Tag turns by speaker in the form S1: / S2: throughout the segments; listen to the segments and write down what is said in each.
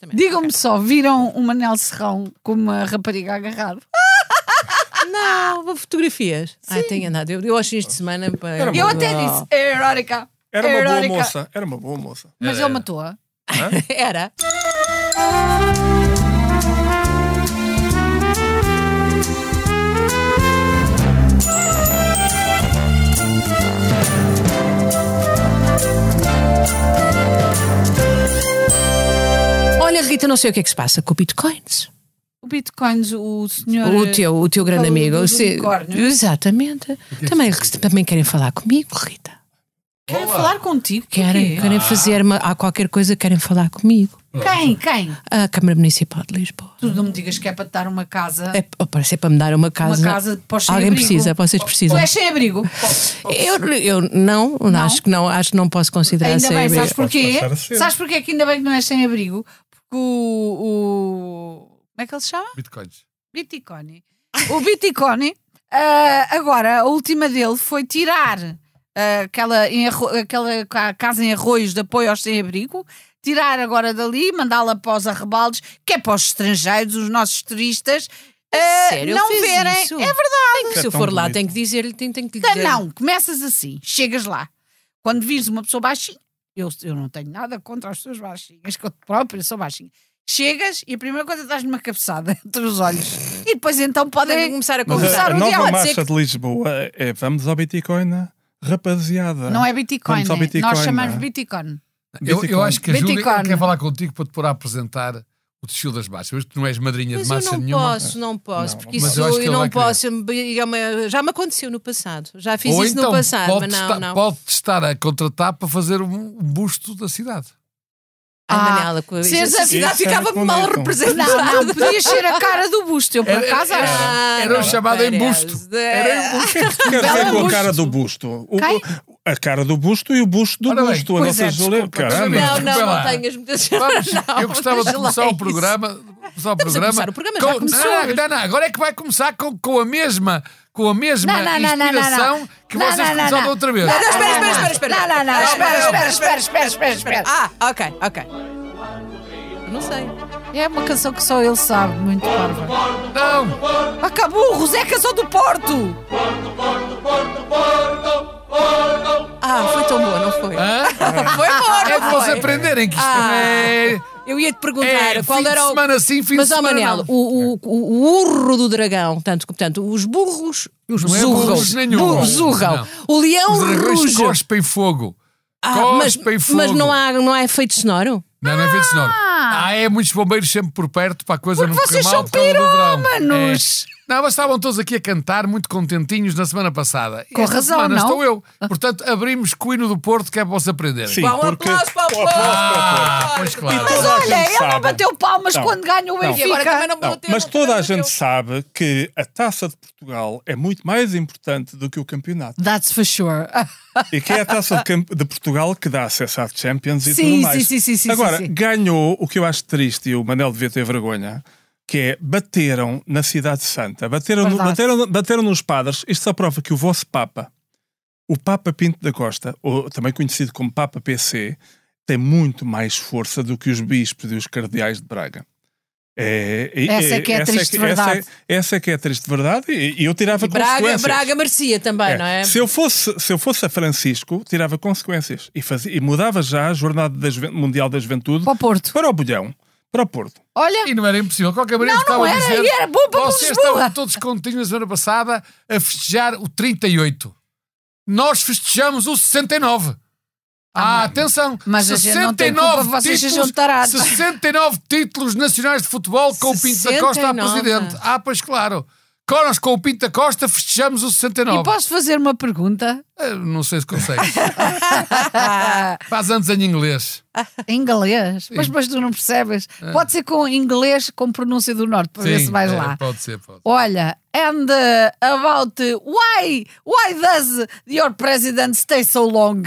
S1: Exatamente.
S2: Digam-me só, viram o Manel Serrão com uma rapariga agarrado?
S1: Não, fotografias. Ah, tenho andado. Eu, eu aos fins de semana. Para...
S2: E Eu até
S1: Ah.
S2: disse, é erótica.
S3: Era uma boa
S2: erótica.
S3: moça. Era uma boa moça.
S1: É,
S2: Mas ele matou-a.
S1: Era. Olha, Rita, não sei o que é que se passa com o Bitcoins.
S2: O Bitcoins, o senhor. eh,
S1: O teu, o teu grande
S2: Falou
S1: amigo.
S2: dos
S1: o se-
S2: unicórnios.
S1: Exatamente. Também, também querem falar comigo, Rita.
S2: Quero falar contigo. porquê?
S1: Querem, querem fazer uma, há qualquer coisa, querem falar comigo.
S2: Quem? Quem?
S1: A Câmara Municipal de Lisboa.
S2: Tu não me digas que é para te dar uma casa.
S1: É, oh, parece é para me dar uma casa.
S2: casa para os sem
S1: Alguém
S2: abrigo.
S1: precisa, vocês
S2: Tu
S1: precisam.
S2: és sem abrigo.
S1: Eu, eu não, acho que não, acho que não posso considerar
S2: Ainda
S1: sem
S2: bem,
S1: abrigo.
S2: sabes porquê?
S3: passar a ser.
S2: Sabes porquê que ainda bem que não és sem abrigo? Porque o. o- Como é que ele se chama?
S3: Bitcoins.
S2: Bitcoin. O Bitcoin, ah, agora, a última dele foi tirar ah, aquela, em Arro- aquela ca- casa em arroios de apoio aos sem-abrigo, tirar agora dali, mandá-la para os arrebaldes, que é para os estrangeiros, os nossos turistas, ah,
S1: Sério,
S2: não
S1: ele fez
S2: verem.
S1: isso?
S2: É verdade.
S1: Tem que, se
S3: É
S1: eu
S3: tão
S1: for lá,
S3: bonito.
S1: tenho que dizer-lhe, tenho, tenho que lhe
S2: Tá,
S1: dizer.
S2: Não, começas assim, chegas lá. Quando vires uma pessoa baixinha, eu, eu não tenho nada contra as pessoas baixinhas, que eu própria sou baixinha. Chegas e a primeira coisa dás-lhe uma cabeçada entre os olhos. E depois então
S1: Podem
S2: podem.
S1: começar a
S3: Mas
S2: Começar
S3: a, a
S2: o
S1: conversar.
S2: dia
S3: nova
S2: a
S3: marcha
S2: dizer
S3: de Lisboa é vamos ao Bitcoin, rapaziada.
S2: Não é Bitcoin,
S3: Vamos ao
S2: né?
S3: Bitcoin,
S2: nós chamamos
S3: não é?
S2: Bitcoin.
S4: Eu, eu acho que a Júlia
S2: Bitcoin.
S4: quer falar contigo para te pôr a apresentar o desfile das marchas. Mas tu não és madrinha
S1: Mas
S4: de
S1: eu
S4: marcha
S1: não
S4: nenhuma.
S1: posso, não posso,
S3: Não,
S1: porque
S4: mas
S1: isso
S4: eu acho que
S1: eu
S4: ele
S1: não
S4: vai querer.
S1: posso. é uma- Já me aconteceu no passado. Já fiz
S4: Ou
S1: isso
S4: então
S1: no passado,
S4: pode,
S1: mas não,
S4: estar,
S1: não.
S4: pode estar a contratar para fazer um busto da cidade.
S1: Ai,
S2: Ah,
S1: Manela, com-
S2: se és
S1: essa
S2: a-
S1: cidade
S3: Isso é
S1: ficava
S3: muito
S1: mal
S3: bonito.
S1: representada.
S2: Não, não, podias ser a cara do busto. Eu por
S4: Era-
S2: acaso
S4: era-
S2: acho.
S4: era o chamado
S1: parece.
S4: embusto.
S1: É.
S3: O que é que tu quer dizer com
S2: busto.
S3: a cara do busto? O-
S2: Quem?
S3: a cara do busto e o busto do
S4: Ora bem,
S3: busto. A
S2: pois
S3: nossa
S2: é,
S3: Júlia.
S2: desculpa.
S3: Caramba.
S1: Não, não,
S4: Vai
S1: não
S4: lá.
S1: tenhas muitas.
S4: Vamos,
S1: Não,
S4: eu gostava de
S1: deixa lá
S4: começar o
S1: isso.
S4: programa. Começar o programa,
S1: começar o programa, já
S4: com-
S1: começou.
S4: Não, não, não, agora é que vai começar com, com a mesma, com a mesma
S2: Não, não, não, não, não, não.
S4: inspiração que
S2: Não,
S4: vocês
S2: não, não,
S4: começaram
S2: não.
S4: outra vez.
S1: Não, espera, espera, espera, espera.
S2: Não, não, não. Espera, espera, espera, espera, espera, espera.
S1: Ah, ok, ok. Eu Não sei.
S2: É uma canção que só ele sabe, muito parva.
S4: Não,
S2: Acabou, Roseca só do Porto!
S1: Ah, foi tão boa, não foi?
S4: Hã?
S1: Foi boa,
S4: é
S1: não
S4: para vocês
S1: foi?
S4: aprenderem que isto
S1: Ah.
S4: também é.
S1: Eu ia te perguntar
S4: É,
S1: qual
S4: fim de
S1: era o.
S4: semana sim, fim de
S1: Mas, ó
S4: semana
S1: Manel,
S4: não.
S1: o, o, o urro do dragão, tanto, portanto, os burros os
S4: Não é
S1: zurram.
S4: burros nenhum.
S1: Burros zurram.
S4: Não.
S1: O leão
S4: Os dragões
S1: ruge.
S4: cospem fogo.
S1: um Ah, mas,
S4: cospem fogo.
S1: mas não há, não há efeito sonoro?
S4: Não, não é feito sonoro. Ah, é muitos bombeiros sempre por perto para a coisa não correr
S2: vocês
S4: mal.
S2: são
S4: por causa do verão.
S2: pirómanos.
S4: É. Não, mas estavam todos aqui a cantar muito contentinhos na semana passada. E
S2: Com
S4: esta
S2: razão,
S4: semana
S2: não?
S4: estou eu. Portanto, abrimos Coino do Porto, que é para vocês aprenderem.
S3: Sim,
S1: Vá, um
S3: porque-
S1: aplauso para o povo.
S4: Ah, pois claro.
S3: Toda
S2: Mas
S3: a
S2: olha,
S3: gente
S2: ele não
S3: sabe.
S2: bateu palmas
S3: Não,
S2: quando ganhou o
S3: não.
S1: E agora
S2: Benfica.
S1: também não
S3: Não,
S1: bateu,
S3: mas
S1: não
S3: toda a
S1: bateu.
S3: gente sabe que a taça de Portugal é muito mais importante do que o campeonato.
S2: That's for sure.
S3: E que é a taça de, Camp- de Portugal que dá acesso à Champions e
S2: Sim,
S3: tudo
S2: sim,
S3: mais.
S2: sim, sim, sim,
S3: Agora,
S2: sim, sim.
S3: ganhou o que eu acho triste e o Manel devia ter vergonha. Que é, bateram na Cidade Santa, bateram, no-
S2: Verdade.
S3: bateram, bateram nos padres. Isto só prova que o vosso Papa, o Papa Pinto da Costa, ou também conhecido como Papa PC, tem muito mais força do que os bispos e os cardeais de Braga. É, e-
S2: Essa é que é a triste verdade.
S3: Essa é, essa é que é a triste verdade e, e eu tirava
S1: E Braga,
S3: consequências.
S1: Braga merecia também,
S3: É.
S1: não é?
S3: Se eu fosse, se eu fosse a Francisco, tirava consequências e, fazia, e mudava já a Jornada da Juven- Mundial da Juventude
S2: Para o Porto.
S3: para o Bolhão, para o Porto.
S2: Olha,
S4: E não era impossível. De Qualquer maneira,
S2: Não, não
S4: estava a
S2: era,
S4: dizer.
S2: e era bom para
S4: vocês
S2: Lisboa.
S4: estavam todos contínuos na semana passada a festejar o 38. Nós festejamos o 69. Ah, atenção!
S2: Mas a gente não tem culpa, vocês sejam tarados.
S4: 69 títulos nacionais de futebol com o Pinto da Costa a
S1: 69.
S4: presidente. Ah, pois claro. Nós com o Pinto da Costa festejamos o 69.
S2: e posso fazer uma pergunta? Ah,
S4: Ah, Não sei se consegues. Faz anos em inglês.
S2: Em inglês? Mas, mas tu não percebes? Pode ser com inglês, com pronúncia do norte, para ver se vais
S4: é,
S2: lá.
S4: Pode ser, pode.
S2: Olha, and uh, about uh, why, why does your president stay so long?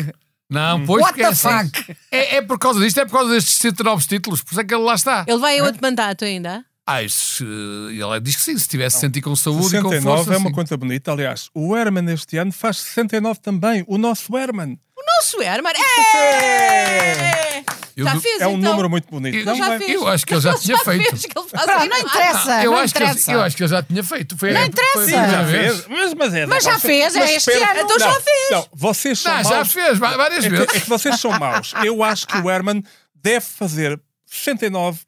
S4: Não, pois
S2: What
S4: porque
S2: the
S4: é assim. É, é por causa disto, é por causa destes 109 títulos, por isso é que ele lá está.
S1: Ele vai a outro mandato ainda?
S4: Ah, isso, eh, ele diz que sim, se tivesse sentido com saúde e com
S3: 69
S4: força.
S3: é uma
S4: sim.
S3: conta bonita. Aliás, o Herman este ano faz 69 também. O nosso Herman.
S1: Não, Swearman. É!
S4: Eu
S1: já
S4: du-
S1: fez,
S3: É um
S1: então.
S3: número muito bonito.
S4: Eu
S3: Não,
S1: já
S3: é-
S1: fez.
S4: Eu acho que ele já tinha feito.
S1: fez que ele faz assim. Ah, tá.
S2: Pronto,
S1: aqui.
S2: não interessa,
S4: eu,
S2: não
S4: acho que ele,
S2: interessa.
S4: eu acho que ele já tinha feito. Foi
S2: Não
S4: a-
S2: interessa.
S4: foi a
S2: Sim,
S4: primeira
S3: Já
S4: vez.
S3: fez. Mas, mas, é,
S2: Mas já
S3: vocês-
S2: fez, é este
S3: espera-
S2: ano.
S1: Então já
S3: Não,
S1: fez.
S3: Não, vocês são
S4: Não, já
S3: maus.
S4: fez va- várias
S3: É que, é
S4: vezes.
S3: que vocês são maus. Eu acho que o Herman deve fazer 69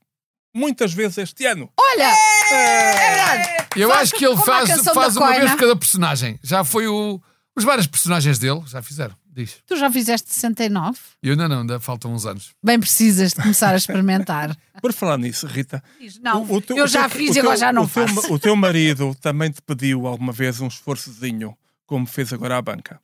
S3: muitas vezes este ano.
S2: Olha, é verdade.
S4: Eu
S2: Faz
S4: acho que ele
S2: como a
S4: faz,
S2: canção
S4: faz
S2: da
S4: uma
S2: Coina.
S4: vez cada personagem. Já foi o. Os vários personagens dele já fizeram. Diz.
S2: Tu já fizeste 69?
S4: Eu ainda não, ainda faltam uns anos.
S2: Bem precisas de começar a experimentar.
S3: Por falar nisso, Rita,
S2: Não,
S3: o- o teu-
S2: eu
S3: o
S2: já
S3: teu-
S2: fiz
S3: o
S2: e agora
S3: teu-
S2: já não
S3: o teu,
S2: faço.
S3: O teu marido também te pediu alguma vez um esforçozinho, como fez agora à banca.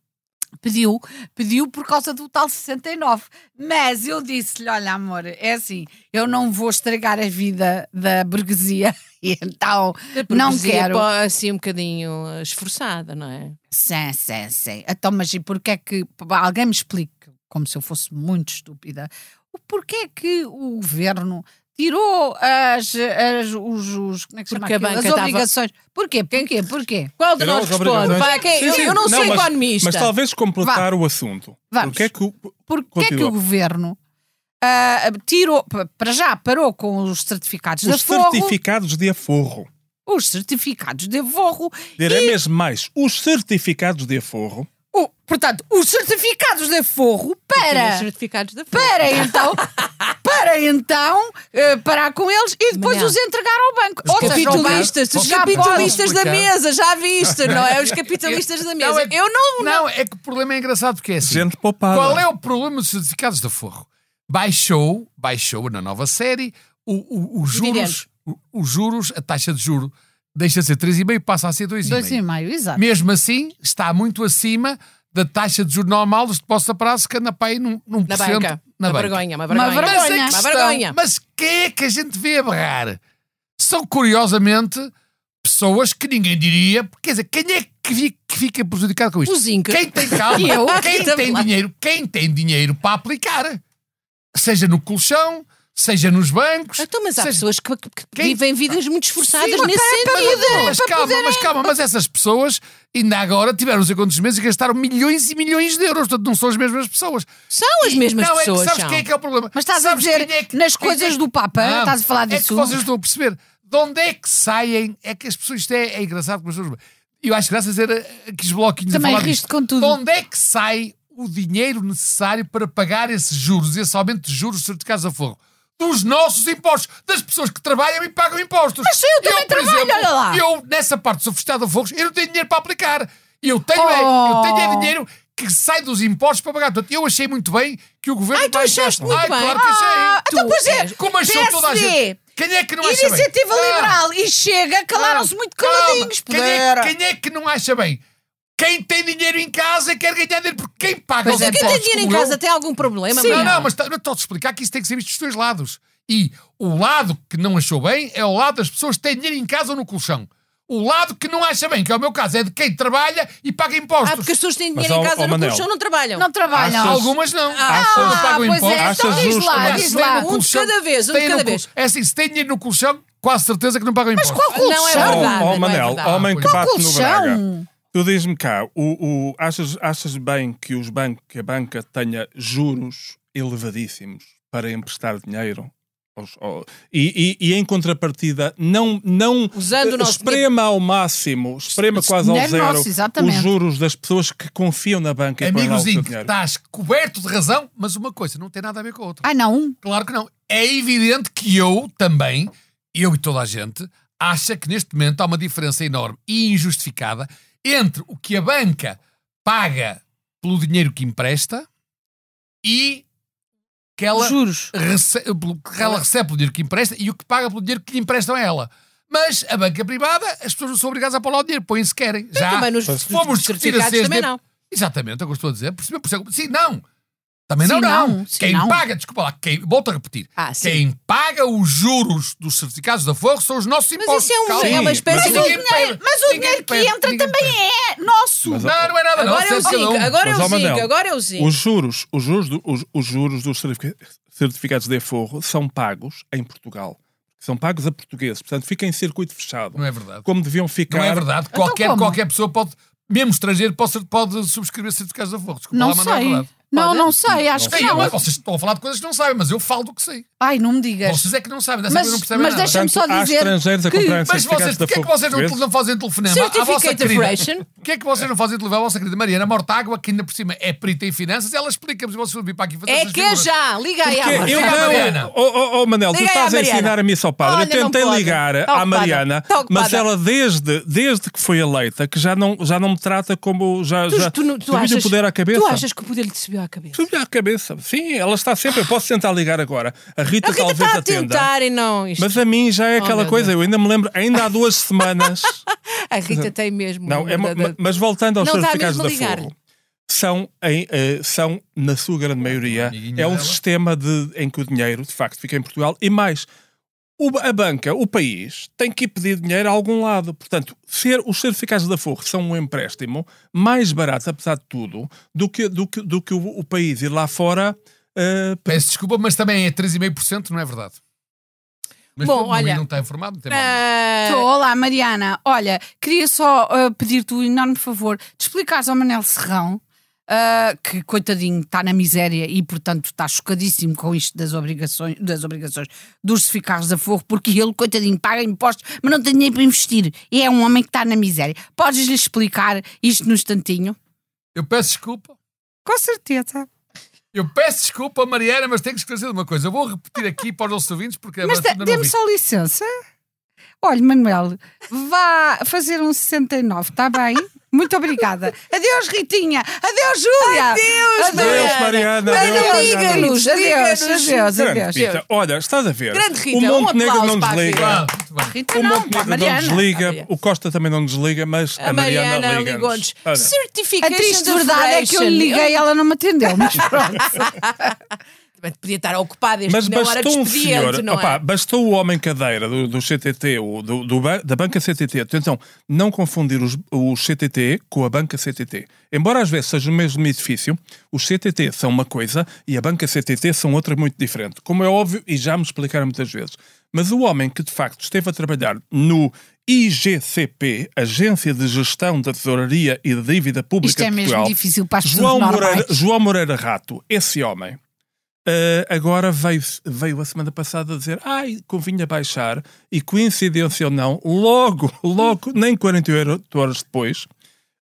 S2: Pediu, pediu por causa do tal 69. Mas eu disse-lhe: olha, amor, é assim, eu não vou estragar a vida da burguesia, e então não
S1: Porque
S2: quero.
S1: pá, Assim um bocadinho eh, esforçada, não é?
S2: Sim, sim, sim. Então, mas e porquê é que. Alguém me explique, como se eu fosse muito estúpida, o porquê é que o governo tirou as. as os, os- como é que se chama
S1: Porque a
S2: aquilo?
S1: banca
S2: As
S1: tava-
S2: obrigações. Porquê? Porquê? Porquê?
S1: Qual de
S3: Tirou
S1: nós
S3: as
S1: responde?
S3: é obrigações.
S1: Vai,
S2: é
S1: quem-
S3: Sim,
S1: eu,
S3: sim,
S1: eu não, sou
S3: mas-
S1: economista.
S3: Mas talvez completar o assunto.
S2: Vamos.
S3: Porque é que o-
S2: Porquê é que
S3: Continua.
S2: o governo. ah, tirou, p- para já parou com os certificados de
S3: os
S2: aforro,
S3: certificados de aforro.
S2: os certificados de aforro,
S3: Direi mesmo mais, os certificados de aforro.
S2: o- portanto, os certificados de aforro
S1: Tinha
S2: para
S1: os certificados da Folha.
S2: para então, para então eh, parar com eles e depois
S1: Manhã.
S2: os entregar ao banco. Ou seja, ao banco-
S1: Capitalistas, os
S4: Posso-
S1: capitalistas
S4: posso
S1: da
S4: explicar?
S1: mesa, já viste, não é? Os capitalistas da mesa.
S4: Não, é-
S1: Eu não.
S4: Não, é que o problema é engraçado porque é assim.
S3: Gente
S1: Ah,
S3: poupada.
S4: Qual é o problema dos certificados de aforro? Baixou, baixou na nova série o- o- os
S1: Dividendos.
S4: juros, o- os juros, a taxa de juro deixa de ser 3,5 passa a ser 2,5.
S2: Dois e meio, exato.
S4: Mesmo assim, está muito acima da taxa de juros normal dos depósitos a prazo que anda para aí num, num
S1: Na
S4: por cento
S1: banca.
S4: na
S1: Uma
S4: banca.
S1: vergonha,
S2: Uma
S1: uma vergonha.
S4: Mas, é a
S2: vergonha.
S1: Uma
S4: questão-
S1: vergonha.
S4: mas quem é que a gente vê a berrar? São, curiosamente, pessoas que ninguém diria. Quer dizer, quem é que fi- que fica prejudicado com isto?
S1: Os incas.
S4: Quem tem calma,
S1: E eu,
S4: quem
S1: estamos
S4: tem
S1: lá.
S4: dinheiro, quem tem dinheiro para aplicar, seja no colchão, seja nos bancos.
S1: Então, mas há
S4: seja-
S1: pessoas que, que
S4: Quem-
S1: vivem vidas muito esforçadas
S4: Sim, mas
S1: nesse
S4: pera, pera,
S1: sentido.
S4: mas calma, mas calma, mas essas pessoas ainda agora tiveram não sei quantos meses e gastaram milhões e milhões de euros, portanto não são as mesmas pessoas.
S1: São as mesmas
S4: não,
S1: pessoas.
S4: É que sabes
S1: são.
S4: quem é que é o problema?
S2: Mas estás a
S4: Sabes
S2: dizer
S4: quem é que-
S2: nas
S4: quem é
S2: coisas
S4: que-
S2: do Papa?
S4: Não,
S2: Estás a falar
S4: É
S2: disso?
S4: que vocês estão a perceber. De onde é que saem? É que as pessoas. Isto é, é engraçado como as pessoas. Eu acho graças a dizer eh, que os bloquinhos a
S2: Também
S4: falar
S2: riste
S4: disto.
S2: com tudo.
S4: De onde é que sai o dinheiro necessário para pagar esses juros, esse aumento de juros certificados a forro? Dos nossos impostos, das pessoas que trabalham e pagam impostos. Mas
S2: eu também trabalho, olha lá.
S4: Eu, nessa parte sofisticada a forros, eu não tenho dinheiro para aplicar. Eu tenho, é-
S2: Oh.
S4: eu tenho é dinheiro que sai dos impostos para pagar. Portanto, eu achei muito bem que o governo
S1: Ai, tu
S4: baixasse.
S1: achaste Então muito
S4: Ai,
S1: bem.
S4: Então claro que achei.
S2: Ah, então, pois é,
S4: Como achou toda a
S2: PSD,
S4: gente. Quem é que não acha bem?
S2: Iniciativa
S4: Ah,
S2: Liberal e chega, calaram-se
S4: calma,
S2: muito
S4: calma.
S2: caladinhos.
S4: Quem é, quem é que não acha bem? Quem tem dinheiro em casa e quer ganhar dinheiro, porque quem paga
S1: Mas
S4: os
S1: é, quem tem
S4: impostos
S1: dinheiro em
S4: como eu-
S1: casa tem algum problema?
S4: não,
S1: Manuel?
S4: não, mas tá- não estou a te explicar que isso tem que ser visto dos dois lados. E o lado que não achou bem é o lado das pessoas que têm dinheiro em casa ou no colchão. O lado que não acha bem, que é o meu caso, é de quem trabalha e paga
S1: Ah,
S4: impostos.
S1: porque as pessoas têm
S3: Mas,
S1: dinheiro em
S3: ó,
S1: casa,
S3: ó,
S1: no
S3: Manel.
S1: colchão não trabalham.
S2: Não trabalham.
S3: Achas-
S4: Algumas não.
S3: Achas-
S4: Algumas pagam
S2: pois é,
S4: impostos.
S2: então
S3: Achas
S2: diz
S3: justo,
S2: lá,
S3: mas
S2: diz
S4: tem
S2: lá.
S4: no
S1: Um de
S4: colchão,
S1: cada vez, um de
S4: tem
S1: cada
S4: no col-
S1: vez.
S4: É assim, se tem dinheiro no colchão, quase certeza que não pagam impostos.
S2: qual
S1: Não, é
S2: colchão?
S1: verdade.
S3: Oh, oh,
S1: não é
S3: Manel,
S1: verdade.
S3: homem que
S4: Qual
S3: bate no
S2: colchão?
S3: Braga. Tu diz-me cá, o, o- achas, achas bem que, os bancos, que a banca tenha juros elevadíssimos para emprestar dinheiro? Aos- ao- e, e- e, em contrapartida, não, não
S1: Usando o
S3: eh,
S1: nosso
S3: esprema ao máximo, esprema quase ao
S2: dinheiro
S3: zero
S2: nosso, exatamente.
S3: os juros das pessoas que confiam na banca e põem lá o
S4: Amigos
S3: seu
S4: Inc,
S1: tá
S3: dinheiro.
S4: estás coberto de razão, mas uma coisa não tem nada a ver com a outra.
S2: Ai Ah, não,
S4: Claro que não. É evidente que eu também, eu e toda a gente, acha que neste momento há uma diferença enorme e injustificada entre o que a banca paga pelo dinheiro que empresta e que ela
S2: juros.
S4: rece- pelo que ela recebe pelo dinheiro que empresta e o que paga pelo dinheiro que lhe emprestam a ela. Mas a banca privada, as pessoas não são obrigadas a pôr lá o dinheiro, põem se querem. Já
S1: também nos
S4: se formos discutir a
S1: certificados também
S4: CSD
S1: não.
S4: Exatamente, é o que eu estou a dizer. Por isso- por isso é que- Sim, não. Também
S2: Sim,
S4: não, não.
S2: não. Sim,
S4: quem
S2: não.
S4: paga, desculpa lá, quem, volto a repetir.
S1: Ah, sim.
S4: quem paga os juros dos certificados da Forro são os nossos
S1: Mas
S4: impostos.
S1: isso é, um-
S4: Calma.
S1: é uma
S3: Sim,
S1: espécie
S3: mas
S1: de.
S3: o
S4: Ninguém pega,
S2: Mas o
S4: ninguém
S2: dinheiro que
S4: pega,
S2: entra
S4: ninguém
S2: também
S4: pega.
S2: é nosso.
S3: Mas,
S4: Não, não é nada, não.
S1: Agora é o
S4: Sente cada
S1: Zico,
S4: um.
S1: agora é
S3: Mas,
S1: o
S3: ó, Manel,
S1: Zico, agora é o Zico.
S3: Os juros, os juros, do- os, os juros dos certifica- certificados de aforro são pagos em Portugal. São pagos a portugueses, portanto fica em circuito fechado.
S4: Não é verdade.
S3: Como deviam ficar.
S4: Não é verdade.
S2: Então
S4: Qualquer,
S2: como?
S4: qualquer pessoa pode, mesmo estrangeiro, pode, ser- pode subscrever certificados da Forro. Desculpa
S2: Não
S4: lá, mas não é
S2: sei.
S4: verdade.
S2: Não,
S1: Pode?
S2: não sei, acho que
S4: Sim,
S2: não.
S4: mas vocês estão a falar de coisas que não sabem, mas eu falo do que sei.
S2: Ai, não me digas.
S4: Vocês é que não sabem, dessa
S2: Mas,
S4: coisa não percebem
S2: mas
S4: nada.
S2: deixa-me só
S3: Portanto, há
S2: dizer.
S3: estrangeiros a comprarem
S4: Mas vocês,
S3: certificados da
S4: porquê é que
S3: Fogo
S4: vocês não,
S3: Portuguesa?
S4: não fazem telefonema à vossa
S1: Certificate of
S4: querida?
S1: ration.
S4: Porquê é que vocês não fazem telefonema à vossa querida Mariana Mortágua, que ainda por cima é perita em finanças? Ela explica-vos e vocês vão vir para aqui fazer
S1: É
S4: essas
S1: que é
S4: figuras.
S1: já, liga aí à
S3: Que eu
S4: Liga à
S3: não.
S4: Mariana.
S3: Oh, oh, oh, Manel, tu
S1: Liga aí à
S3: estás a
S1: Mariana.
S3: ensinar a missa ao padre.
S1: Olha,
S3: eu
S1: não
S3: tentei
S1: pode.
S3: ligar
S1: Está
S3: à
S1: ocupada.
S3: Mariana,
S1: Está ocupada.
S3: mas ela desde, desde que foi eleita que já não, já não me trata como. Já,
S1: Tu,
S3: já
S1: tu, não- tu
S3: subiu-lhe
S1: achas,
S3: o poder à cabeça?
S1: tu achas que o poder lhe subiu à cabeça?
S3: Subiu à cabeça. Sim, ela está sempre. Eu posso tentar ligar agora. A Rita,
S1: A Rita
S3: talvez
S1: está a
S3: atenda.
S1: tentar e não. Isto.
S3: Mas a mim já é
S1: Oh,
S3: aquela
S1: meu
S3: coisa. Eu ainda me lembro, ainda há duas semanas.
S1: a Rita tem mesmo.
S3: não, é,
S1: uma-
S3: ma- ma- mas voltando aos
S1: Não está
S3: certificados
S1: mesmo
S3: da
S1: a ligar-lhe.
S3: Forro. São, em, eh, são, na sua grande maioria,
S4: amiguinho
S3: é um
S4: dela.
S3: sistema de, em que o dinheiro, de facto, fica em Portugal. E mais, o- a banca, o país, tem que ir pedir dinheiro a algum lado. Portanto, ser os certificados da Forro são um empréstimo mais barato, apesar de tudo, do que, do que, do que o, o país ir lá fora eh, pe-
S4: Peço desculpa, mas também é 3,5%, não é verdade? Mas
S1: Bom,
S4: pronto, o Rui
S1: olha.
S4: não está informado, não tem mal.
S1: Ah,
S2: Tô, Olá, Mariana. Olha, queria só ah, pedir-te o enorme favor de explicares ao Manel Serrão, ah, que coitadinho está na miséria e, portanto, está chocadíssimo com isto das obrigações, das obrigações dos certificados a forro, porque ele, coitadinho, paga impostos, mas não tem dinheiro para investir. E é um homem que está na miséria. Podes-lhe explicar isto num instantinho?
S4: Eu peço desculpa.
S2: Com certeza.
S4: Eu peço desculpa, Mariana, mas tenho que esclarecer uma coisa. Eu vou repetir aqui para os nossos ouvintes, porque
S2: Mas
S4: agora
S2: dê-
S4: ainda não
S2: dê-me
S4: ouvi.
S2: só licença. Olha, Manuel, vá fazer um 69, está bem? Muito obrigada. Adeus, Ritinha. Adeus, Júlia. Adeus,
S3: Adeus, Mariana.
S1: Mas
S3: Adeus,
S1: não
S3: Mariana.
S2: Diga-nos, adeus,
S1: diga-nos.
S2: adeus,
S3: Grande
S2: adeus.
S3: Rita. Olha, estás a ver.
S1: Grande Rita,
S3: o
S1: um
S3: Montenegro
S1: aplauso
S3: não
S1: para a Rita.
S3: desliga.
S4: Ah, muito bem.
S2: Rita
S3: O
S2: não,
S3: Montenegro
S2: pá, Mariana. é
S3: não desliga,
S1: Mariana.
S3: o Costa também não desliga, mas a,
S1: A
S3: Mariana,
S1: Mariana
S3: liga-nos.
S1: ligou-nos.
S3: Olha,
S2: A
S1: Certification
S2: triste
S1: of
S2: verdade é que eu lhe
S1: ration.
S2: liguei e ela não me atendeu. Mas é pronto.
S1: Também podia estar ocupada este
S3: Mas
S1: na hora de
S3: bastou um
S1: expediente,
S3: senhor,
S1: não
S3: opá,
S1: é?
S3: bastou o homem cadeira do, do CTT, o- do, do ba- da banca CTT. Então, não confundir os, o CTT com a banca CTT. Embora às vezes seja o mesmo edifício, os CTT são uma coisa e a banca CTT são outra muito diferente. Como é óbvio, e já me explicaram muitas vezes. Mas o homem que de facto esteve a trabalhar no IGCP, Agência de Gestão da Tesouraria e de Dívida Pública
S2: Isto é
S3: de
S2: mesmo
S3: Portugal,
S2: difícil para as pessoas
S3: João
S2: normais.
S3: Moreira, João Moreira Rato, esse homem, eh, agora veio, veio a semana passada dizer ai, convinha baixar e coincidência ou não, logo, logo, nem 48 horas depois...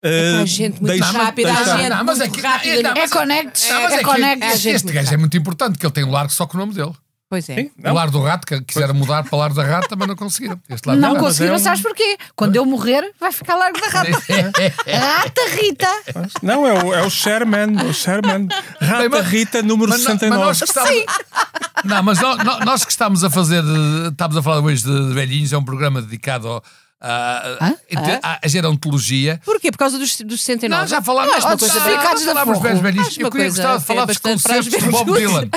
S3: eh,
S1: Epá, gente muito
S3: deixa-
S1: rápida,
S3: deixa-
S1: a gente
S4: Não, mas é
S1: muito
S4: que-
S1: rápida.
S4: não,
S2: É
S4: mas-
S2: Connect.
S4: Não, mas
S2: É
S4: que
S2: Connect.
S4: este, este gajo é muito importante, que ele tem um largo só com o nome dele.
S1: Pois é.
S3: Sim,
S4: O
S3: não,
S4: lar do rato, que quiseram mudar para lar da rata, mas não conseguiram. Este lar do
S2: Não
S4: rato.
S2: conseguiram,
S3: mas é um-
S2: sabes porquê? Quando eu morrer, vai ficar largo da rata.
S4: É,
S2: Rata Rita.
S3: mas- não, é, o, é o Sherman, é o Sherman. Rata
S4: Bem, mas-
S3: Rita, número
S4: Mas, não- mas
S3: 69.
S4: nós que estamos... Não, mas nó- nó- nós que estamos a fazer, eh, estamos a falar hoje de, de velhinhos, é um programa dedicado ao- a,
S2: Hã?
S4: a- a- a gerontologia.
S1: Porquê? Por causa dos, dos 69?
S4: Não, já falámos
S1: Eu acho uma
S4: Ah,
S1: coisa
S4: já
S1: bem-
S2: Ficados da
S4: falámos
S2: Forro.
S4: bem, velhinhos.
S1: Acho
S4: Eu
S1: uma
S4: queria
S1: coisa é
S4: gostar de falar dos
S1: bastante para os
S4: concertos do Bob
S1: velhos.
S4: Dylan.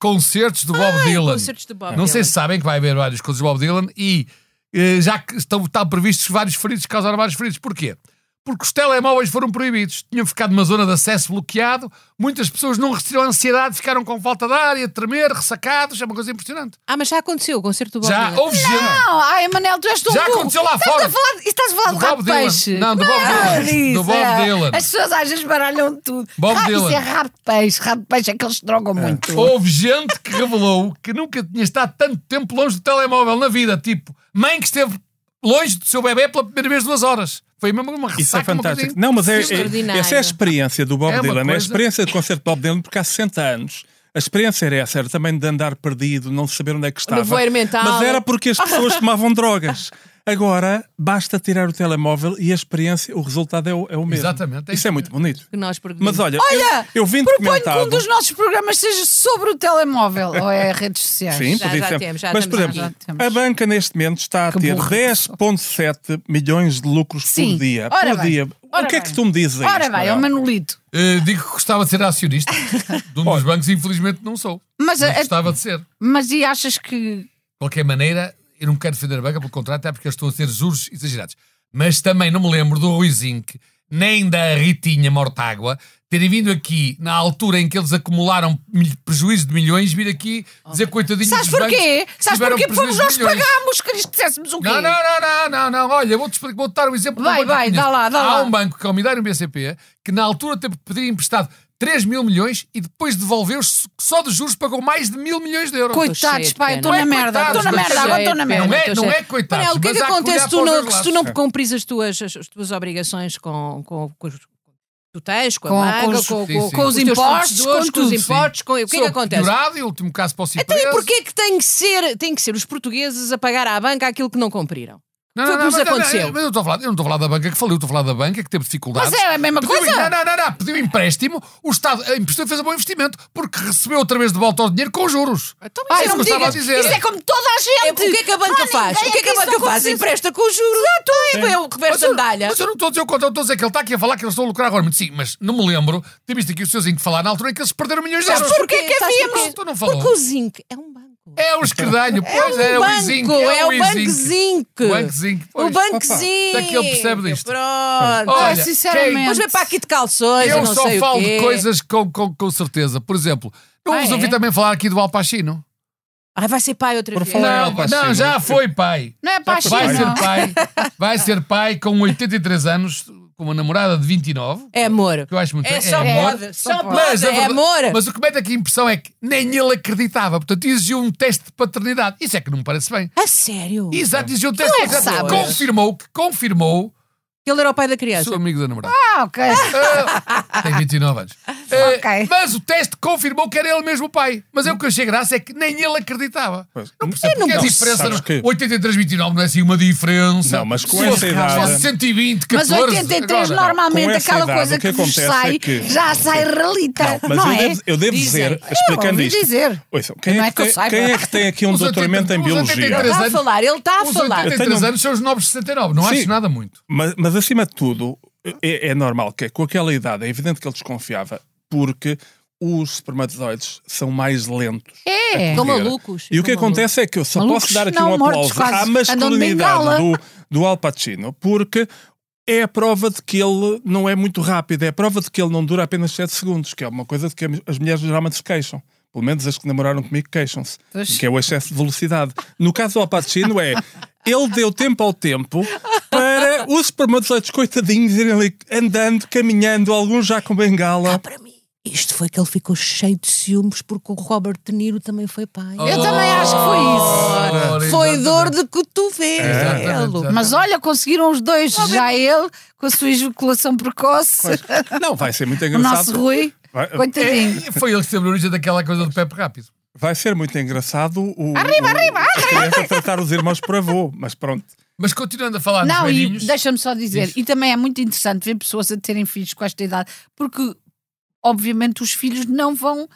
S4: Concertos do Bob Dylan.
S1: concertos do Bob
S4: Não sei
S1: Dylan.
S4: se sabem que vai haver vários concertos do Bob Dylan e eh, já que estão, estão previstos vários feridos, causaram vários feridos. Porquê? Porque os telemóveis foram proibidos. Tinham ficado numa zona de acesso bloqueado. Muitas pessoas não resistiram à ansiedade, ficaram com falta de ar, e a tremer, ressacados. É uma coisa impressionante.
S1: Ah, mas já aconteceu o concerto do Bob
S4: Já Oh.
S1: Dylan.
S4: houve gente.
S2: Não, ai, Manel, tu és tão
S4: Já
S2: burro.
S4: aconteceu lá
S2: Estás
S4: fora.
S2: A falar, e estás a falar do,
S4: Do
S2: rato
S4: Bob Dylan.
S2: peixe.
S4: Não, do Bob
S2: Não,
S4: Dylan. Do
S2: isso,
S4: Bob
S2: é.
S4: Dylan.
S2: As pessoas às vezes baralham tudo.
S4: Bob
S2: ah, Isso
S4: Dylan. Oh,
S2: é rato peixe. Rato peixe é que eles drogam muito.
S4: Houve gente que revelou que nunca tinha estado tanto tempo longe do telemóvel na vida. Tipo, mãe que esteve longe do seu bebê pela primeira vez duas horas. Foi mesmo uma ressaca.
S3: Isso é
S4: uma coisa
S3: fantástico.
S4: in-
S3: Não, mas é, é-
S1: Extraordinário.
S3: essa é a experiência do Bob
S4: É uma
S3: Dylan, é a
S4: coisa-
S3: experiência do concerto de Bob Dylan, porque há 60 anos. A experiência era essa, era também de andar perdido, não saber onde é que estava.
S1: nevoeiro mental.
S3: Mas era porque as pessoas tomavam drogas. Agora, basta tirar o telemóvel e a experiência, o resultado é o, é o mesmo.
S4: Exatamente, é
S3: Isso é
S4: isso
S3: muito bonito.
S1: Que nós
S3: Mas
S1: perguntámos.
S3: olha,
S2: Olha,
S3: eu, eu vim
S2: proponho que um
S3: documentado.
S2: dos nossos programas seja sobre o telemóvel ou é redes sociais.
S3: Sim,
S1: Já-
S3: podia
S1: já
S3: ser.
S1: temos, já
S3: Mas,
S1: temos,
S3: por
S1: já-
S3: exemplo,
S2: já temos.
S3: a banca neste momento está a
S2: Que
S3: ter
S2: burro.
S3: 10,7 milhões de lucros
S2: Sim.
S3: por dia.
S2: Ora
S3: por
S2: bem.
S3: dia.
S2: Ora
S3: o que é
S2: bem.
S3: que tu me dizes? a
S2: Ora
S3: isto,
S2: bem, é o
S3: Manuel?
S2: Manolito.
S4: Eh, digo que gostava de ser acionista de um dos bancos, infelizmente não sou.
S2: Mas,
S4: Mas
S2: a- a-
S4: gostava de ser. De
S2: mas e achas que.
S4: qualquer maneira, eu não quero defender a banca, pelo contrário, até porque eles estão a ter juros exagerados. Mas também não me lembro do Rui Zinc, nem da Ritinha Mortágua, terem vindo aqui na altura em que eles acumularam mil- prejuízos de milhões, vir aqui dizer coitadinhos
S2: Sabes
S4: dos bancos
S2: porquê?
S4: que
S2: Sabes
S4: tiveram
S2: porquê? Porque fomos nós
S4: prejuízos
S2: que
S4: de um milhões.
S2: pagámos, que lhes dissessemos o quê?
S4: Não, não, não, não, não, não. Olha, vou-te explicar- vou-te dar um exemplo. de um
S2: Vai,
S4: banco que
S2: vai,
S4: conheço.
S2: dá lá, dá
S4: Há
S2: lá.
S4: um banco que é o Midário BCP que na altura teve que pedir emprestado 3 mil milhões e depois devolveu só de juros pagou mais de mil milhões de euros.
S2: Coitados,
S1: cheia de
S2: pai,
S1: pena.
S2: estou na
S4: Não é
S2: merda.
S4: coitados,
S1: Então
S2: Estou na
S4: mas
S2: merda, agora estou na
S1: cheia de
S4: não
S2: merda.
S1: pena.
S4: é,
S1: estou
S4: não é
S1: cheio.
S4: coitado.
S1: Manel, o que é que acontece se tu não, se tu não cumpris as tuas, as, as tuas obrigações com, com, com os que tu tens, com a
S2: Com-
S1: marca,
S2: com
S1: com,
S2: os-
S1: com-
S4: sim,
S1: com
S4: sim.
S1: os
S4: Com
S2: os
S1: teus
S2: impostos,
S1: fornecedores,
S2: com
S1: com os
S2: tudo,
S1: impostos, com, o que é que acontece?
S4: Piorado, e último caso para o
S1: Então,
S4: Ciprés.
S1: e porquê que tem que ser, tem que ser os portugueses a pagar à banca aquilo que não cumpriram?
S4: Não,
S1: Foi o que nos
S4: mas- é,
S1: aconteceu.
S4: Mas eu, não estou a falar, eu não estou a falar da banca que faliu, estou a falar da banca que teve dificuldades.
S2: Mas é a mesma
S4: Pediu-
S2: coisa.
S4: Não, não, não, não, pediu empréstimo, o Estado eh, emprestou e fez um bom investimento, porque recebeu outra vez de volta o dinheiro com juros.
S1: Então,
S4: Ah,
S1: mas
S4: isso
S1: não me
S4: que eu estava
S1: digas.
S4: a dizer.
S2: Isso é como toda a
S1: É, o
S2: gente.
S1: que é que a banca
S2: Ah,
S1: faz?
S2: ninguém
S1: O que é que a
S2: aqui
S1: banca
S2: só
S1: faz?
S2: conhece-
S1: Empresta com os juros. Exato. É, é o reverso
S4: eu-
S1: andalha.
S4: mas eu não estou a dizer o contrário, eu estou a dizer que ele está aqui a falar que eles estão a lucrar agora muito. Sim, mas não me lembro de ter visto aqui o seu Zinho falar na altura em que eles perderam milhões de
S1: Sabes
S4: euros.
S1: porquê que
S4: Sabes
S1: havíamos-
S4: porquê? Tu não falou.
S1: Porque o Zinc é um banco.
S4: É o escredalho, pois é,
S1: um
S4: o Zinc.
S1: banco, é o Banco
S4: Zinc.
S1: Zinc.
S4: O Banco Zinc,
S1: O
S4: pois.
S1: Banco
S3: Opa.
S1: Zinc.
S4: Até que ele percebe disto.
S1: Pronto.
S4: Olha,
S2: Ah, sinceramente.
S4: quem-
S1: Depois vem para aqui de calções, eu,
S4: Eu
S1: não
S4: só
S1: sei
S4: falo
S1: o quê.
S4: de coisas com, com, com certeza. Por exemplo, não
S1: Ah,
S4: vos
S1: é?
S4: ouvi também falar aqui do Al Pacino?
S1: Ai, Ah, vai ser pai outra
S3: Por
S1: vez.
S3: falar- Não,
S4: Não,
S3: Al Pacino.
S4: não, já foi pai.
S2: Não é para a
S4: Vai ser
S2: China.
S4: pai. Vai ser pai com 83 anos, com uma namorada de 29.
S1: É amor.
S4: Que eu acho muito
S1: É só
S4: amor.
S1: pode. Só
S2: pode.
S1: pode.
S4: a
S1: É
S4: verdade-
S1: amor.
S4: Mas o que mete aqui a impressão é que nem ele acreditava. Portanto, exigiu um teste de paternidade. Isso é que não me parece bem.
S1: A sério?
S4: Exato, exigiu um teste
S2: Como é
S4: de
S2: que
S4: paternidade.
S2: sabes?
S4: Confirmou que confirmou.
S1: Ele era o pai da criança.
S4: Sou amigo da namorada.
S2: Ah, ok.
S4: Ah, tem 29 anos. Ah,
S2: Ok.
S4: Mas o teste confirmou que era ele mesmo o pai. Mas é o que eu achei graça é que nem ele acreditava.
S3: Pois,
S4: Não percebo
S3: eu não
S4: porque é a
S3: percebo.
S4: diferença.
S3: Sabes que-
S4: 83, 29 não é assim uma diferença.
S3: Não, mas com
S4: Se
S3: essa
S4: fosse-
S3: idade-
S4: Se fosse 120,
S2: Mas
S4: 14,
S2: 83
S4: agora,
S3: Com
S2: normalmente
S3: essa
S2: aquela
S3: idade,
S2: coisa
S3: o que
S2: que, vos
S3: acontece
S2: sai
S3: é que-
S2: já sai relita, não,
S3: Mas eu
S2: é?
S3: devo, eu devo
S1: Dizem.
S3: dizer, explicando
S2: ouvi
S3: isto.
S2: dizer.
S3: Ouçam, quem,
S2: Não
S3: é
S2: é que eu
S3: que tem,
S2: saiba.
S3: quem é que tem aqui um
S4: Os
S3: doutoramento
S4: 83
S3: em biologia?
S1: Ele está Tá a falar, ele está a
S4: Os
S1: falar.
S4: 83
S3: tenho- um-
S4: anos são os novos 69, não
S3: Sim.
S4: acho nada muito.
S3: Mas, mas, acima de tudo, é, é normal que com aquela idade é evidente que ele desconfiava, porque os espermatozoides são mais lentos.
S2: É.
S1: Estão malucos.
S3: E o que
S1: estão malucos.
S3: acontece é que eu só
S2: Malucos
S3: posso dar aqui
S2: não,
S3: um
S2: mortos
S3: aplauso à
S2: quase. Andam de bengala.
S3: masculinidade do, do Al Pacino, porque é a prova de que ele não é muito rápido, é a prova de que ele não dura apenas 7 segundos, que é uma coisa de que as mulheres geralmente se queixam. Pelo menos as que namoraram comigo queixam-se.
S2: Pois.
S3: Que é o excesso de velocidade. No caso do Al Pacino é... Ele deu tempo ao tempo para os espermatozoides coitadinhos irem ali andando, caminhando, alguns já com bengala.
S1: Ah, Para mim, isto foi que ele ficou cheio de ciúmes porque o Robert De Niro também foi pai. Então,
S3: Oh.
S2: Eu também acho que foi isso.
S4: Ora,
S1: Foi
S4: exatamente.
S1: dor de cotovelo.
S4: Exatamente, exatamente.
S2: Mas olha, conseguiram os dois, já ele, com a sua ejaculação precoce,
S3: Não, vai ser muito
S2: o nosso
S3: engraçado. É,
S2: Rui,
S3: Vai-
S2: coitadinho.
S4: E Foi ele que teve a origem daquela coisa do Pepe Rápido.
S3: Vai ser muito engraçado o. Arriba, arriba, a criança tratar os irmãos por avô, mas pronto.
S4: Mas continuando a falar dos
S2: Não, e
S4: velhinhos,
S2: deixa-me só dizer, e também é muito interessante ver pessoas a terem filhos com esta idade, porque obviamente os filhos não vão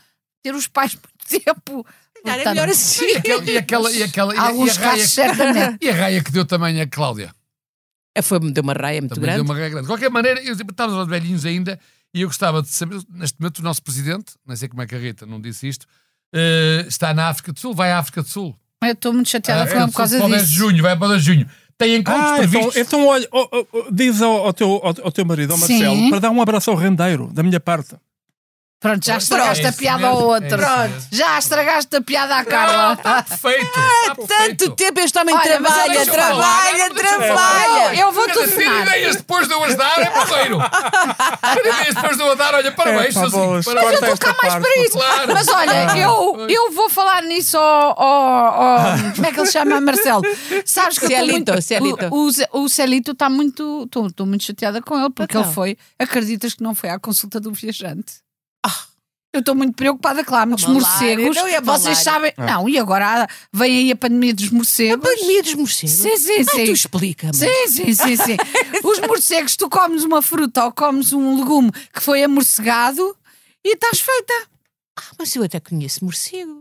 S2: ter os pais por tempo.
S1: Não, é
S2: Portanto,
S1: melhor assim.
S4: e aquela, e aquela, e aquela e a- e a
S2: Alguns
S4: raia,
S2: casos, certamente.
S4: e a raia que deu também a Cláudia.
S1: É, Foi, deu uma raia muito
S4: Também
S1: grande.
S4: deu uma raia grande. De qualquer maneira, eu estávamos aos velhinhos ainda e eu gostava de saber, neste momento, o nosso presidente, não sei como é que a Rita não disse isto, eh, está na África do Sul, vai à África do Sul.
S2: Eu estou muito chateada
S4: Ah,
S2: com ela por
S4: África do
S2: causa
S4: Sul para o 10 de
S2: disso.
S4: junho, vai para o 10 de junho. Tem encontros
S3: Ah, então,
S4: previstos.
S3: então olha, ó, ó, ó, diz ao, ao teu, ao, ao teu marido, ao
S2: Sim.
S3: Marcelo, para dar um abraço ao rendeiro, da minha parte.
S2: Pronto, já
S4: Pronto,
S2: estragaste
S4: é
S2: a
S4: isso
S2: piada
S4: mesmo,
S2: ao
S4: é isso
S2: outro.
S4: mesmo.
S2: já estragaste a piada à Carla.
S4: Está perfeito.
S2: ah,
S4: está
S1: Tanto
S4: perfeito.
S1: tempo este homem
S2: Olha, mas
S1: trabalha,
S2: deixa eu
S1: trabalha, É
S4: falar, deixa eu
S1: trabalha.
S2: Eu, eu vou
S4: Cada ter
S2: telefonar.
S4: ideias depois de eu as dar é porreiro. Ter ideias depois de eu as dar, olha, parabéns,
S3: Epá,
S4: Sozinho.
S3: bolas,
S4: parabéns.
S3: É, corta esta parte.
S4: Claro.
S2: Mas
S1: Ah.
S2: olha, eu, eu vou falar nisso ao, ao- ao- Como é que ele se chama, Marcelo? Sabes que eu tô
S1: Celito,
S2: muito-
S1: Celito.
S2: O, o Ce- o Celito está muito. Estou muito chateada com ele, porque
S1: Então.
S2: ele foi. Acreditas que não foi à consulta do viajante?
S1: Ah.
S2: Eu estou muito preocupada, claro, há muitos
S1: malária,
S2: morcegos.
S1: não é a
S2: Vocês
S1: malária.
S2: sabem. Não, e agora há- vem aí a pandemia dos
S1: A
S2: morcegos.
S1: pandemia dos morcegos.
S2: Sim, sim,
S1: Ai,
S2: sim.
S1: Ah, tu explica-me.
S2: Sim, sim, sim, sim. Os morcegos, tu comes uma fruta ou comes um legume que foi amorcegado e estás feita.
S1: Ah, Mas eu até conheço morcegos.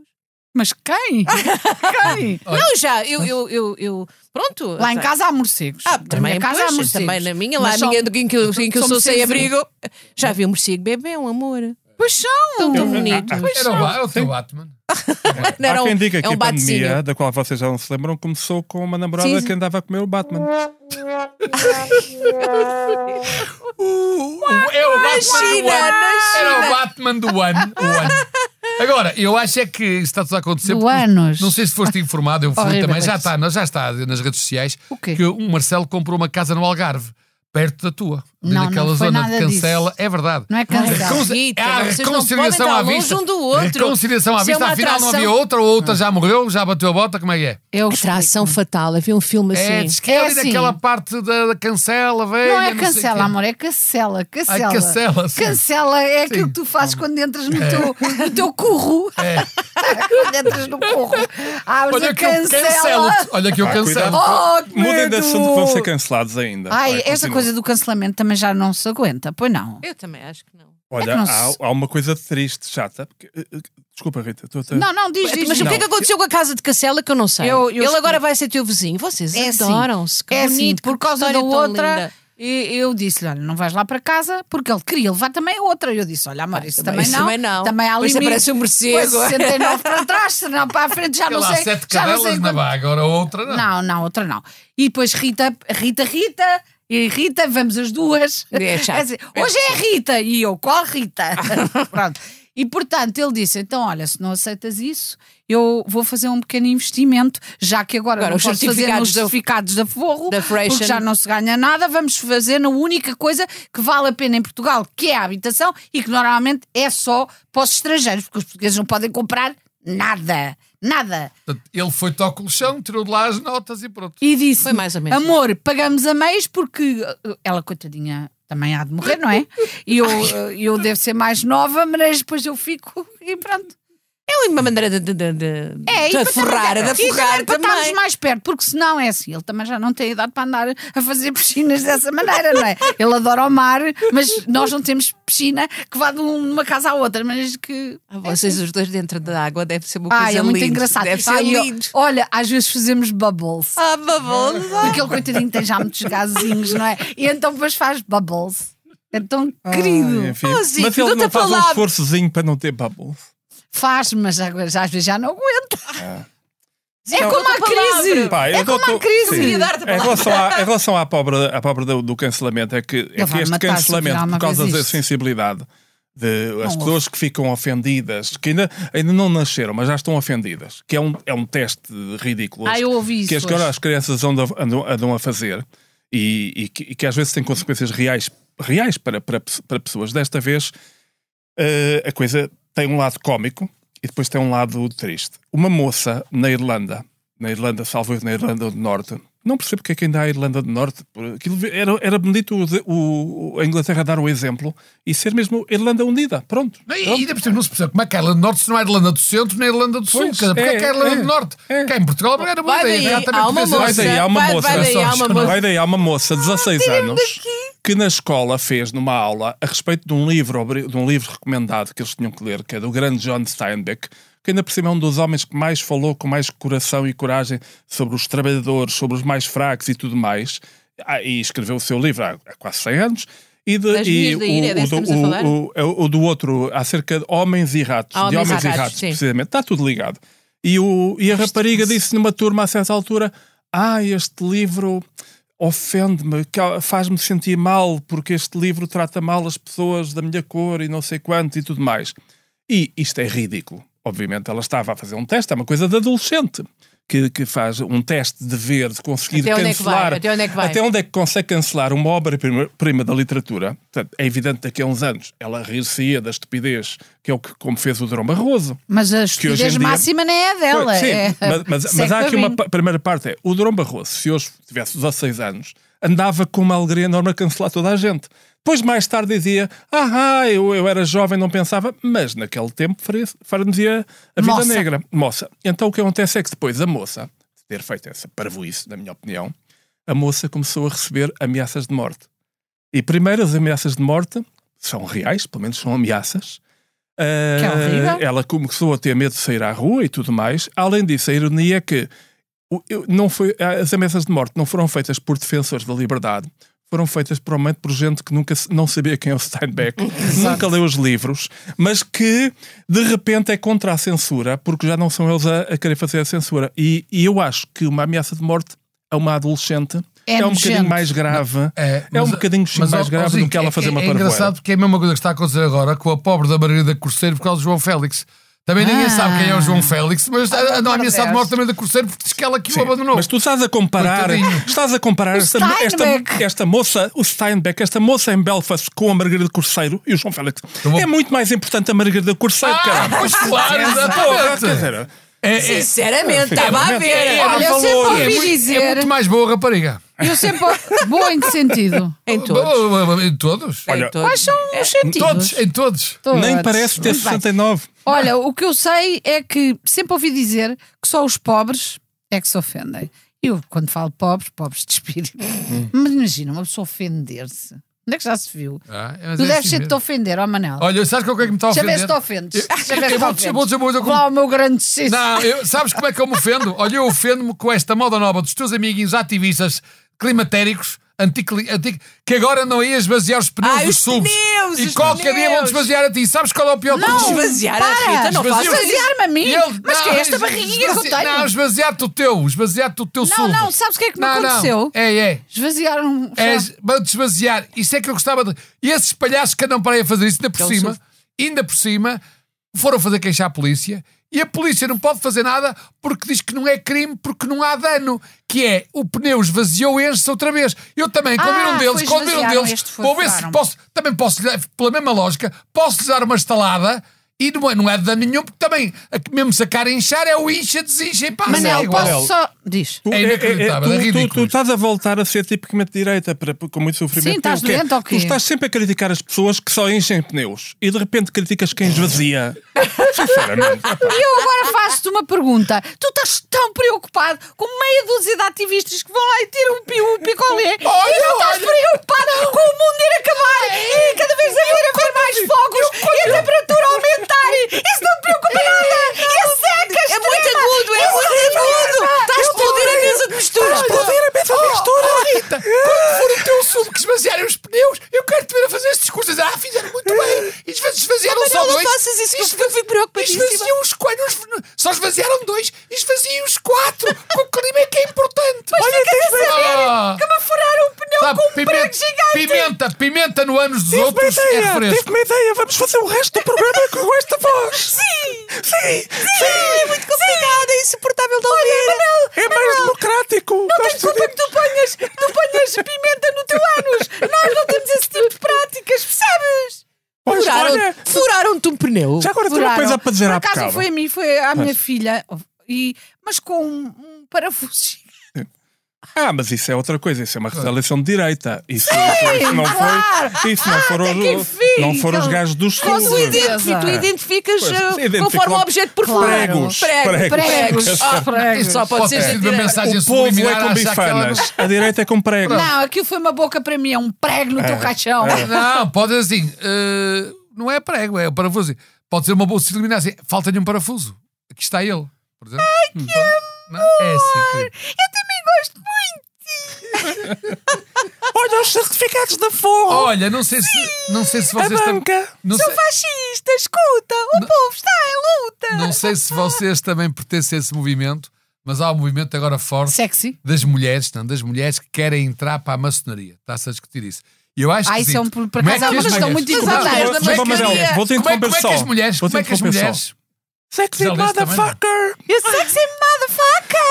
S2: Mas quem? quem?
S1: Não, já, eu, eu, eu, eu- pronto.
S2: Lá em
S1: tá.
S2: casa há morcegos. Na
S1: Ah, também,
S2: minha casa há
S1: pois,
S2: morcegos.
S1: também na minha, lá
S2: Mas
S1: a minha
S2: são-
S1: em que eu, em que eu
S2: são
S1: sou sem
S2: morcegos.
S1: abrigo. Já vi um morcego bebê, um amor.
S2: Pois são.
S1: Tão bonito.
S4: Era o, Ba- é o teu Batman.
S1: Não,
S3: Há quem diga
S1: é
S3: que
S1: um
S3: a pandemia,
S1: batecinho.
S3: da qual vocês já não se lembram, começou com uma namorada
S1: Sim, sim.
S3: que andava a comer o Batman.
S4: O- é o Batman do
S1: China, na
S4: One. Era o Batman do One. o One. Agora, eu acho é que isso está tudo a acontecer.
S2: Do
S4: porque não-
S2: anos.
S4: Não sei se foste informado, eu fui
S2: Horrível
S4: também. Já
S2: isso.
S4: está, já está nas redes sociais
S2: O quê?
S4: que um Marcelo comprou uma casa no Algarve. perto da tua. Ali
S2: Não, não
S4: naquela
S2: foi
S4: zona de
S2: nada disso.
S4: cancela. É verdade.
S2: Não é
S1: Ai,
S2: carregado.
S4: Recon-
S1: Rita,
S4: há
S1: vocês não
S4: reconciliação
S1: podem estar
S4: à vista.
S1: longe um do outro.
S4: Reconciliação à
S1: Isso é
S4: vista,
S1: uma
S4: afinal não
S1: atração.
S4: havia outra, ou
S2: Ah.
S4: outra já morreu, já bateu a bota, como é que é?
S2: Eu
S1: Atração fatal, havia um filme assim.
S4: É, diz que é
S2: É
S4: ali
S2: assim.
S4: naquela parte da, da cancela, velho.
S2: Não é cancela, amor, é cancela, cancela.
S4: Ai, cancela, sim.
S2: Cancela é aquilo
S4: Sim.
S2: que tu fazes quando entras no teu, no teu curro. quando entras no curro. Abres
S4: Olha
S2: a
S4: que eu cancelo.
S2: é cancela.
S4: Olha que eu
S3: Ah,
S4: cancelo.
S3: cuidado.
S2: Oh, que
S3: Mudem de
S2: medo!
S3: assunto que vão ser cancelados ainda.
S2: Ai,
S3: Vai,
S2: esta
S3: continua.
S2: coisa do cancelamento também já não se aguenta, pois não.
S1: Eu também acho que não.
S3: Olha,
S2: é que não
S3: há,
S2: se-
S3: há uma coisa triste, chata. porque- eh, eh, Desculpa, Rita. estou a ter-
S2: Não, não, diz, diz.
S1: Mas o que é que aconteceu com a casa de Cacela que eu não sei?
S2: Eu- eu
S1: Ele
S2: explico.
S1: agora vai ser teu vizinho. Vocês
S2: É assim.
S1: adoram-se. que
S2: É assim,
S1: bonito,
S2: por
S1: que
S2: causa
S1: história
S2: da
S1: tão
S2: outra-
S1: linda.
S2: E eu disse-lhe, olha, não vais lá para casa, porque ele queria levar também outra. Eu disse, olha, amor,
S1: Ah,
S2: isso
S1: também-
S2: também,
S1: isso
S2: não.
S1: também não.
S2: Também há
S1: Pois
S2: limites.
S1: aparece um morcego.
S2: Pois, 69 para trás, senão para a frente já Ah, não
S4: Lá há
S2: sei.
S4: sete
S2: já não
S4: cadelas
S2: sei
S4: na
S2: quanto-
S4: vaga, agora outra não.
S2: Não, não, outra não. E depois Rita, Rita, Rita, e Rita, vamos as duas.
S1: É chato.
S2: assim, Hoje é a Rita, e eu, qual Rita? Pronto. E portanto ele disse: então, olha, se não aceitas isso, eu vou fazer um pequeno investimento, já que agora,
S1: Agora,
S2: não
S1: os
S2: posso fazer
S1: certificados
S2: nos
S1: da-
S2: certificados da Forro,
S1: da
S2: porque
S1: Fration.
S2: já não se ganha nada, vamos fazer na única coisa que vale a pena em Portugal, que é a habitação e que normalmente é só para os estrangeiros, porque os portugueses não podem comprar nada. Nada.
S4: Portanto, Ele foi-te ao colchão, tirou de lá as notas e pronto.
S2: E disse:
S1: Foi mais ou menos.
S2: Amor, pagamos a meios porque uh, ela, coitadinha, também há de morrer, não é? E eu, uh, eu devo ser mais nova, mas depois eu fico e pronto.
S1: É uma maneira de, de, de, de,
S2: É, e
S1: de
S2: para
S1: aforrar,
S2: também-
S1: de
S2: e
S1: aforrar
S2: para estarmos
S1: também.
S2: mais perto, porque senão é assim, ele também já não tem idade para andar a fazer piscinas dessa maneira, não é? Ele adora o mar, mas nós não temos piscina que vá de um- de uma casa à outra, mas que.
S1: Ah, Vocês os dois dentro da água deve ser uma coisa
S2: Ah, assim. é muito
S1: linda.
S2: engraçado.
S1: Deve ser
S2: Ah, e eu-
S1: lindo.
S2: olha, às vezes fazemos bubbles.
S1: Ah, babosa.
S2: Aquele coitadinho tem já muitos gazinhos, não é? E então depois faz bubbles. É tão querido.
S3: Ai, é enfim.
S1: Oh, Zico,
S3: Mas ele
S1: dou-te
S3: não
S1: a
S3: faz um
S1: palavra.
S3: esforçozinho para não ter bubbles.
S2: Faz, mas agora já- às vezes já não aguenta. É
S3: Ah.
S1: Não,
S2: como a
S1: é outra
S2: crise.
S1: palavra.
S3: Pá, eu
S2: É como
S3: dou-te-
S2: a crise.
S3: Sim.
S1: Queria dar-te a
S3: Em relação, à, em relação à pobre, à pobre do, do cancelamento, é que, é
S2: Ele
S3: que
S2: vai
S3: este
S2: matar-se, afinal,
S3: cancelamento,
S2: uma
S3: por causa
S2: vez
S3: da
S2: isto.
S3: sensibilidade de as
S2: Não
S3: pessoas que ficam ofendidas, que ainda, ainda não nasceram, mas já estão ofendidas, que é um, é um teste ridículo.
S2: Ah, eu ouvi
S3: que
S2: isso.
S3: agora
S2: hoje.
S3: as crianças andam, andam, andam a fazer e, e que, e que às vezes tem consequências reais, reais para, para, pe- para pessoas. Desta vez eh, a coisa tem um lado cómico e depois tem um lado triste. Uma moça na Irlanda, na Irlanda, salvo erro, na Irlanda do Norte, não percebo porque é que ainda há a Irlanda do Norte. por- Aquilo ve- era, era bonito o de- o- a Inglaterra dar o exemplo e ser mesmo Irlanda Unida. Pronto.
S4: Não, E
S3: Pronto.
S4: ainda por cima, não se percebe como é que é a Irlanda do Norte se não é a Irlanda do Centro nem a Irlanda do Sul.
S3: Pois,
S4: Quer dizer, porque é,
S3: é,
S4: que é a Irlanda
S3: é,
S4: do Norte?
S3: é.
S4: Cá em Portugal não era boa
S1: Vai
S4: ideia.
S1: daí,
S4: cá também
S1: há uma
S4: podia ser.
S1: moça.
S3: Vai daí, há uma
S1: Vai-
S3: moça,
S1: vai
S4: daí, há uma moça.
S3: vai daí, há uma moça de 16 anos que na escola fez numa aula a respeito de um livro, obri- de um livro recomendado que eles tinham que ler, que é do grande John Steinbeck, que ainda por cima é um dos homens que mais falou com mais coração e coragem sobre os trabalhadores, sobre os mais fracos e tudo mais, Ah, e escreveu o seu livro há, há quase 100 anos. E, de,
S1: Das
S3: e
S1: Vias da Ira, é desse
S3: o,
S1: estamos a falar?
S3: é o- o- o do outro, acerca de homens e ratos.
S1: Ah,
S3: de
S1: homens
S3: homens
S1: a
S3: e
S1: ratos,
S3: ratos,
S1: sim.
S3: precisamente. Está tudo ligado. E, o, e a rapariga disse numa turma a certa altura: Ah, este livro ofende-me, ca- faz-me sentir mal, porque este livro trata mal as pessoas da minha cor e não sei quanto e tudo mais. E isto é ridículo. Obviamente, ela estava a fazer um teste, é uma coisa de adolescente. Que, que faz um teste de ver, de conseguir
S1: Até onde é que vai?
S3: cancelar.
S1: Até onde é que vai?
S3: Até onde é que consegue cancelar uma obra-prima prima da literatura? Portanto, é evidente que daqui a uns anos ela rir-se-ia da estupidez, que é o que, como fez o Drão Barroso.
S2: Mas a
S3: em
S2: estupidez
S3: dia-
S2: máxima nem é dela.
S3: Sim,
S2: é-
S3: mas, mas-
S2: segue
S3: mas há aqui uma
S2: caminho.
S3: pa- primeira parte: é o Drão Barroso, se hoje tivesse 16 anos, andava com uma alegria enorme a cancelar toda a gente. Depois, mais tarde, dizia: Ah, ah, eu, eu era jovem, não pensava, mas naquele tempo faria- faria-nos-ia a vida
S2: Moça.
S3: negra. Moça. Então, o que acontece é que depois a moça, de ter feito essa parvoíce, na minha opinião, a moça começou a receber ameaças de morte. E primeiro, as ameaças de morte são reais, pelo menos são ameaças. Ah,
S2: Que é horrível.
S3: ela começou a ter medo de sair à rua e tudo mais. Além disso, a ironia é que o- eu- não foi, as ameaças de morte não foram feitas por defensores da liberdade, foram feitas provavelmente por gente que nunca se- não sabia quem é o Steinbeck, nunca leu os livros, mas que de repente é contra a censura, porque já não são eles a, a querer fazer a censura. E, e eu acho que uma ameaça de morte a uma adolescente
S2: É
S3: é, um
S2: nojento.
S3: bocadinho mais grave.
S4: É,
S3: É um
S4: mas-
S3: bocadinho sim,
S4: mas,
S3: mais
S4: ó,
S3: grave
S4: ó,
S3: do
S4: Zico,
S3: que ela fazer
S4: é,
S3: uma
S4: É
S3: parvoeira.
S4: engraçado porque é a mesma coisa que está a acontecer agora com a pobre da Margarida Corceiro por causa do João Félix. Também ninguém
S2: Ah.
S4: sabe quem é o João Félix, mas andam a ameaçar de morte também da Cruzeiro porque diz que ela que o abandonou.
S3: Mas tu estás a comparar,
S4: Coitadinho.
S3: estás a comparar esta, esta,
S2: Steinbeck.
S3: esta moça, o Steinbeck, esta moça em Belfast com a Margarida Corceiro e o João Félix.
S4: bom.
S3: É muito mais importante a Margarida Corceiro,
S4: Ah,
S3: caralho.
S4: pois claro,
S3: Porra, quer
S4: exatamente.
S3: dizer,
S4: É, é-
S1: Sinceramente, estava a ver.
S3: é,
S2: Olha, eu
S3: valores.
S2: sempre
S4: é
S2: ouvi
S4: muito,
S2: dizer.
S4: é muito mais boa rapariga.
S2: Eu sempre. Boa em que sentido?
S4: é,
S1: Em todos.
S4: Boa, boa, Em todos?
S1: Em
S3: Olha,
S1: todos.
S2: Quais são os
S4: Em
S2: sentidos?
S4: todos, em todos.
S2: Todos.
S3: nem parece ter
S2: Muito bem.
S3: 69.
S2: Olha, o que eu sei é que sempre ouvi dizer que só os pobres é que se ofendem. Eu, quando falo pobres, pobres de espírito.
S4: Hum.
S2: Mas imagina, uma pessoa ofender-se. Onde é que já se viu?
S4: Ah, mas
S2: tu
S4: é
S2: deves
S4: assim
S2: ser-te
S4: mesmo.
S2: a ofender, ó Manel.
S4: Olha, sabes qual é que me está a
S2: Deixa ver
S4: ofender?
S2: se te ofendes. Deixa ver se te
S4: Eu vou dizer- vou
S2: ofendes.
S4: dizer uma coisa
S2: Vou lá o meu grande cisto.
S4: Não, eu- sabes como é que eu me ofendo? Olha, eu ofendo-me com esta moda nova dos teus amiguinhos ativistas climatéricos anticli- anti- que agora não iam esvaziar os pneus
S1: Ai,
S4: dos
S1: os
S4: subs.
S1: pneus,
S4: e
S1: os
S4: qualquer dia
S1: pneus.
S4: vão esvaziar a ti. Sabes qual é o pior que
S2: Não,
S1: Esvaziar a
S2: para,
S1: Rita, não
S4: esvaziar.
S1: faças isso.
S2: Esvaziar-me a mim?
S4: E ele-
S2: Mas que é esta
S4: esva-
S2: barriguinha que eu
S4: esvazi- Não,
S2: tenho?
S4: esvaziar-te o teu, esvaziar-te o teu
S2: Não,
S4: sul.
S2: não, sabes o que é que me
S4: Não, não.
S2: aconteceu?
S4: É, é.
S2: Esvaziaram.
S4: É, para desvaziar. Isso é que eu gostava de. E esses palhaços que andam para aí a fazer isso, ainda por
S1: Aquele
S4: cima,
S1: surf.
S4: ainda por cima, foram fazer queixar a polícia e a polícia não pode fazer nada porque diz que não é crime, porque não há dano. Que é o pneu esvaziou e enche-se outra vez. Eu também, quando vir
S2: Ah,
S4: um deles,
S2: foi
S4: quando vir um
S2: esvaziaram,
S4: deles,
S2: este foi
S4: vou ver se
S2: furaram.
S4: posso, também posso, lhe- pela mesma lógica, posso lhe dar uma estalada. E não é, não é de dano nenhum, porque também, a- mesmo sacar a inchar é o incha, desincha e passa. é
S2: Manel,
S4: igual.
S2: posso só. Diz.
S3: Tu,
S4: É inacreditável, é
S3: tu- tu,
S4: ridículo
S3: tu
S4: isto.
S3: estás a voltar a ser tipicamente direita para, com muito sofrimento.
S2: Sim, estás
S3: Porque é
S2: doente ou quê?
S3: Tu estás sempre a criticar as pessoas que só enchem pneus e de repente criticas quem esvazia. Sinceramente.
S2: E eu agora faço-te uma pergunta. Tu estás tão preocupado com meia dúzia de ativistas que vão lá e tiram um, pi- um picolé e não estás preocupado com o mundo ir acabar e cada vez haver haver mais fogos e a temperatura aumentar. e Isso não te preocupa nada. E a seca
S1: É muito
S2: extrema.
S1: agudo, é
S2: Isso
S1: muito
S2: não te
S1: agudo.
S2: preocupa.
S1: Está a
S2: Eu
S1: explodir a mesa de mistura.
S4: a mesa oh, mistura! Rita, quando for o teu sumo que esvaziarem os pneus, eu quero-te ver a fazer estes cursos. Ah, fizeram muito bem! E esva- esvaziaram só
S1: Não, não
S4: dois.
S1: faças isso, que eu fico- eu fico preocupadíssima.
S4: Esvaziam os quatro. Só esvaziaram dois e esvaziam os quatro. Com o clima é que é importante. Mas Olha
S2: fica a saber
S4: que
S2: me furaram o pneu com um prego gigante.
S4: Pimenta, pimenta no anos dos outros é referência.
S3: uma ideia, vamos fazer o resto do programa com esta voz. Sim! Sim!
S1: É muito complicado, é insuportável de ouvir.
S3: É mais democrático! Não
S2: Tens culpa que tu ponhas, tu ponhas pimenta no teu ânus. Nós não temos esse tipo de práticas, percebes?
S1: Furaram- Furaram-te um pneu.
S3: já agora tenho uma
S2: Furaram.
S3: coisa para dizer
S2: Por
S3: à
S2: acaso não
S3: bocado.
S2: foi a mim, foi à minha filha, e, mas com um, um parafuso.
S3: Ah, mas isso é outra coisa, isso é uma resolução de direita. Isso, isso não
S2: claro. Ah,
S3: foi. Isso não foram,
S2: que
S3: os,
S2: enfim, então,
S3: não foram os
S2: aquele-
S3: gajos dos
S1: Com tu,
S3: clubes.
S1: identi- tu identificas
S3: Pois,
S1: eh,
S3: identifico
S1: conforme o
S3: logo.
S1: objeto por
S2: Claro.
S1: fora.
S3: Pregos,
S1: Pregos.
S3: pregos.
S1: Pregos. Ah,
S2: Pregos.
S1: Isto só pode
S4: Pode
S1: ser
S4: ter sido
S1: gente
S4: uma
S1: direta.
S4: mensagem
S3: O povo é
S4: subliminar
S3: com
S4: a achar que ela não-
S3: bifanas, a direita é com pregos.
S2: Não, aquilo foi uma boca para mim, é um prego no teu caixão.
S1: é.
S4: Não, pode dizer assim. eh, não é prego, é o parafuso. Pode ser uma boa se eliminar assim. Falta-lhe um parafuso. Aqui está ele, por exemplo. Ai, que é assim, querido.
S3: Olha os certificados da
S2: Oh,
S3: forro!
S4: Olha, não sei se, não sei se vocês também. Não sei,
S2: Fascista, escuta, o povo está em luta.
S4: não sei se vocês também pertencem a esse movimento, mas há um movimento agora forte
S2: Sexy.
S4: das mulheres, não, das mulheres que querem entrar para a maçonaria. Está-se a discutir isso. E eu acho
S2: Ah, isso é um-
S4: esquisito.
S2: por
S4: Como
S2: acaso é
S4: que
S2: uma
S4: as
S2: questão
S4: mulheres-
S2: muito
S4: Como é que-
S2: importante.
S4: como é que-
S2: Desculpa,
S4: como é que-
S2: Manel,
S4: como
S3: vou-te
S4: é- como é que
S3: interromper
S4: as
S3: só.
S4: mulheres,
S3: Vou-te
S4: como é que as
S3: interromper só.
S4: mulheres
S3: Sexy
S4: Já leste também,
S3: motherfucker!
S2: Eu sexy
S1: é
S2: motherfucker.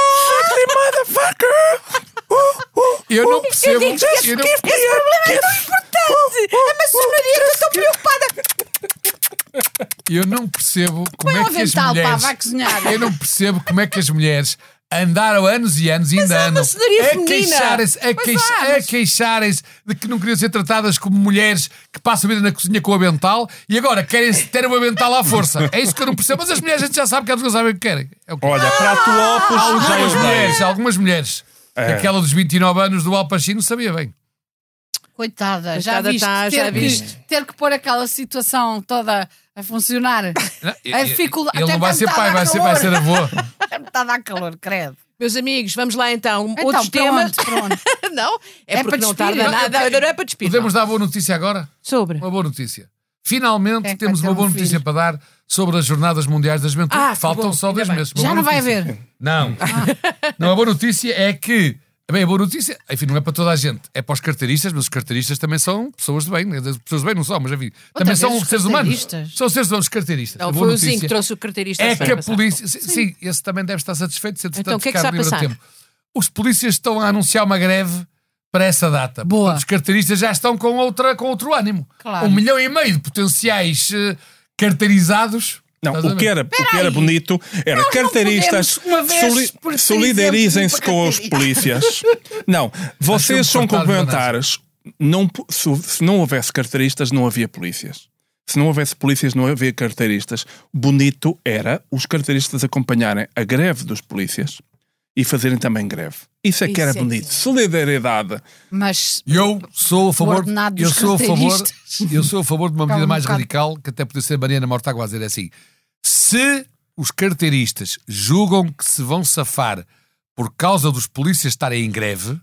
S3: Sexy motherfucker! Uh, uh,
S4: Eu não
S3: uh,
S4: percebo.
S3: eu digo,
S2: é
S4: Eu
S3: give
S4: não-
S3: me a
S1: é
S3: kiss.
S2: Importante. A maçonaria que eu estou preocupada.
S4: Eu não percebo como
S2: Põe
S4: é
S2: o
S4: que as
S2: um avental, pá,
S4: mulheres.
S2: vai cozinhar.
S4: Eu não percebo como é que as mulheres andaram anos e anos e ainda
S1: há
S4: andam
S1: maçonaria
S4: a
S1: feminina.
S4: queixarem-se a,
S2: Pois
S4: queixa-
S2: há, mas-
S4: a queixarem-se de que não queriam ser tratadas como mulheres que passam a vida na cozinha com o avental e agora querem ter o avental à força. É isso que eu não percebo. Mas as mulheres a gente já sabe que elas não sabem o que querem. É o que
S3: Olha, prato Opus já é
S4: Algumas
S3: eu dei.
S4: mulheres, algumas mulheres.
S3: É.
S4: Aquela dos 29 anos do Al Pacino sabia bem.
S2: Coitada, já
S1: Coitada
S2: viste,
S1: tá,
S2: ter,
S1: já
S2: que,
S1: viste.
S2: ter que pôr aquela situação toda a funcionar.
S4: Não,
S2: A dificuldade-
S4: Ele
S2: até
S4: não vai
S2: quando
S4: ser
S2: tá a
S4: pai,
S2: dar
S4: vai ser,
S2: calor.
S4: vai ser avô.
S2: Está a dar calor, credo.
S1: Meus amigos, vamos lá então.
S2: Então,
S1: Outros
S2: para
S1: temas.
S2: onde? Para onde?
S1: não, é,
S2: É
S1: porque
S2: para
S1: não
S2: despir.
S1: tarda nada. Não é para despir.
S4: Podemos dar boa notícia agora?
S1: Sobre.
S4: Uma boa notícia. Finalmente
S2: É que
S4: temos
S2: vai ter
S4: uma boa
S2: um
S4: notícia
S2: filho.
S4: para dar sobre as Jornadas Mundiais da Juventude.
S1: Ah,
S4: que
S1: que
S4: faltam
S1: bom,
S4: só
S1: ainda
S4: dois
S1: bem.
S4: meses. Uma
S2: Já
S4: boa
S2: não vai
S1: Ah.
S4: notícia.
S2: haver.
S4: Não. Não, a boa notícia é que Bem, a boa notícia, enfim, não é para toda a gente, é para os carteiristas, mas os carteiristas também são pessoas de bem, né? pessoas de bem não são, mas enfim, também
S2: vez
S4: são
S2: os
S4: seres humanos.
S2: carteiristas.
S4: São seres humanos, os carteiristas.
S1: Não,
S4: A boa
S1: foi o Zinho
S4: notícia
S1: que trouxe o carteirista.
S4: é
S1: a
S4: que a
S1: semana passada.
S4: polícia. Sim, sim, esse também deve estar satisfeito, se entretanto
S1: Então, o que é que
S4: ficar
S1: está a passar?
S4: livre tempo. Os polícias estão a anunciar uma greve para essa data.
S2: Boa.
S4: Portanto, Os carteiristas já estão com, outra, com outro ânimo.
S2: Claro.
S4: Um milhão e meio de potenciais eh, carteirizados.
S3: Não,
S4: Estás a
S3: o que,
S4: ver?
S3: era, o que era bonito era carteiristas
S2: podemos, uma vez,
S3: soli-
S2: por ter
S3: solidarizem-se
S2: exemplo,
S3: com os polícias. Não, vocês
S4: Acho um
S3: são
S4: fantasma,
S3: complementares. Não, po- se, se não houvesse carteiristas, não havia polícias. Se não houvesse polícias, não havia carteiristas. Bonito era os carteiristas acompanharem a greve dos polícias e fazerem também greve. Isso é que era
S1: Isso é
S3: bonito. Solidariedade.
S2: Mas
S4: Eu sou a favor.
S2: ordenado
S4: Eu
S2: dos
S4: sou a favor.
S2: carteiristas.
S4: Eu sou a favor de uma medida
S2: um
S4: mais
S2: bocado.
S4: radical, que até podia ser Mariana Mortágua a dizer assim: se os carteiristas julgam que se vão safar por causa dos polícias estarem em greve,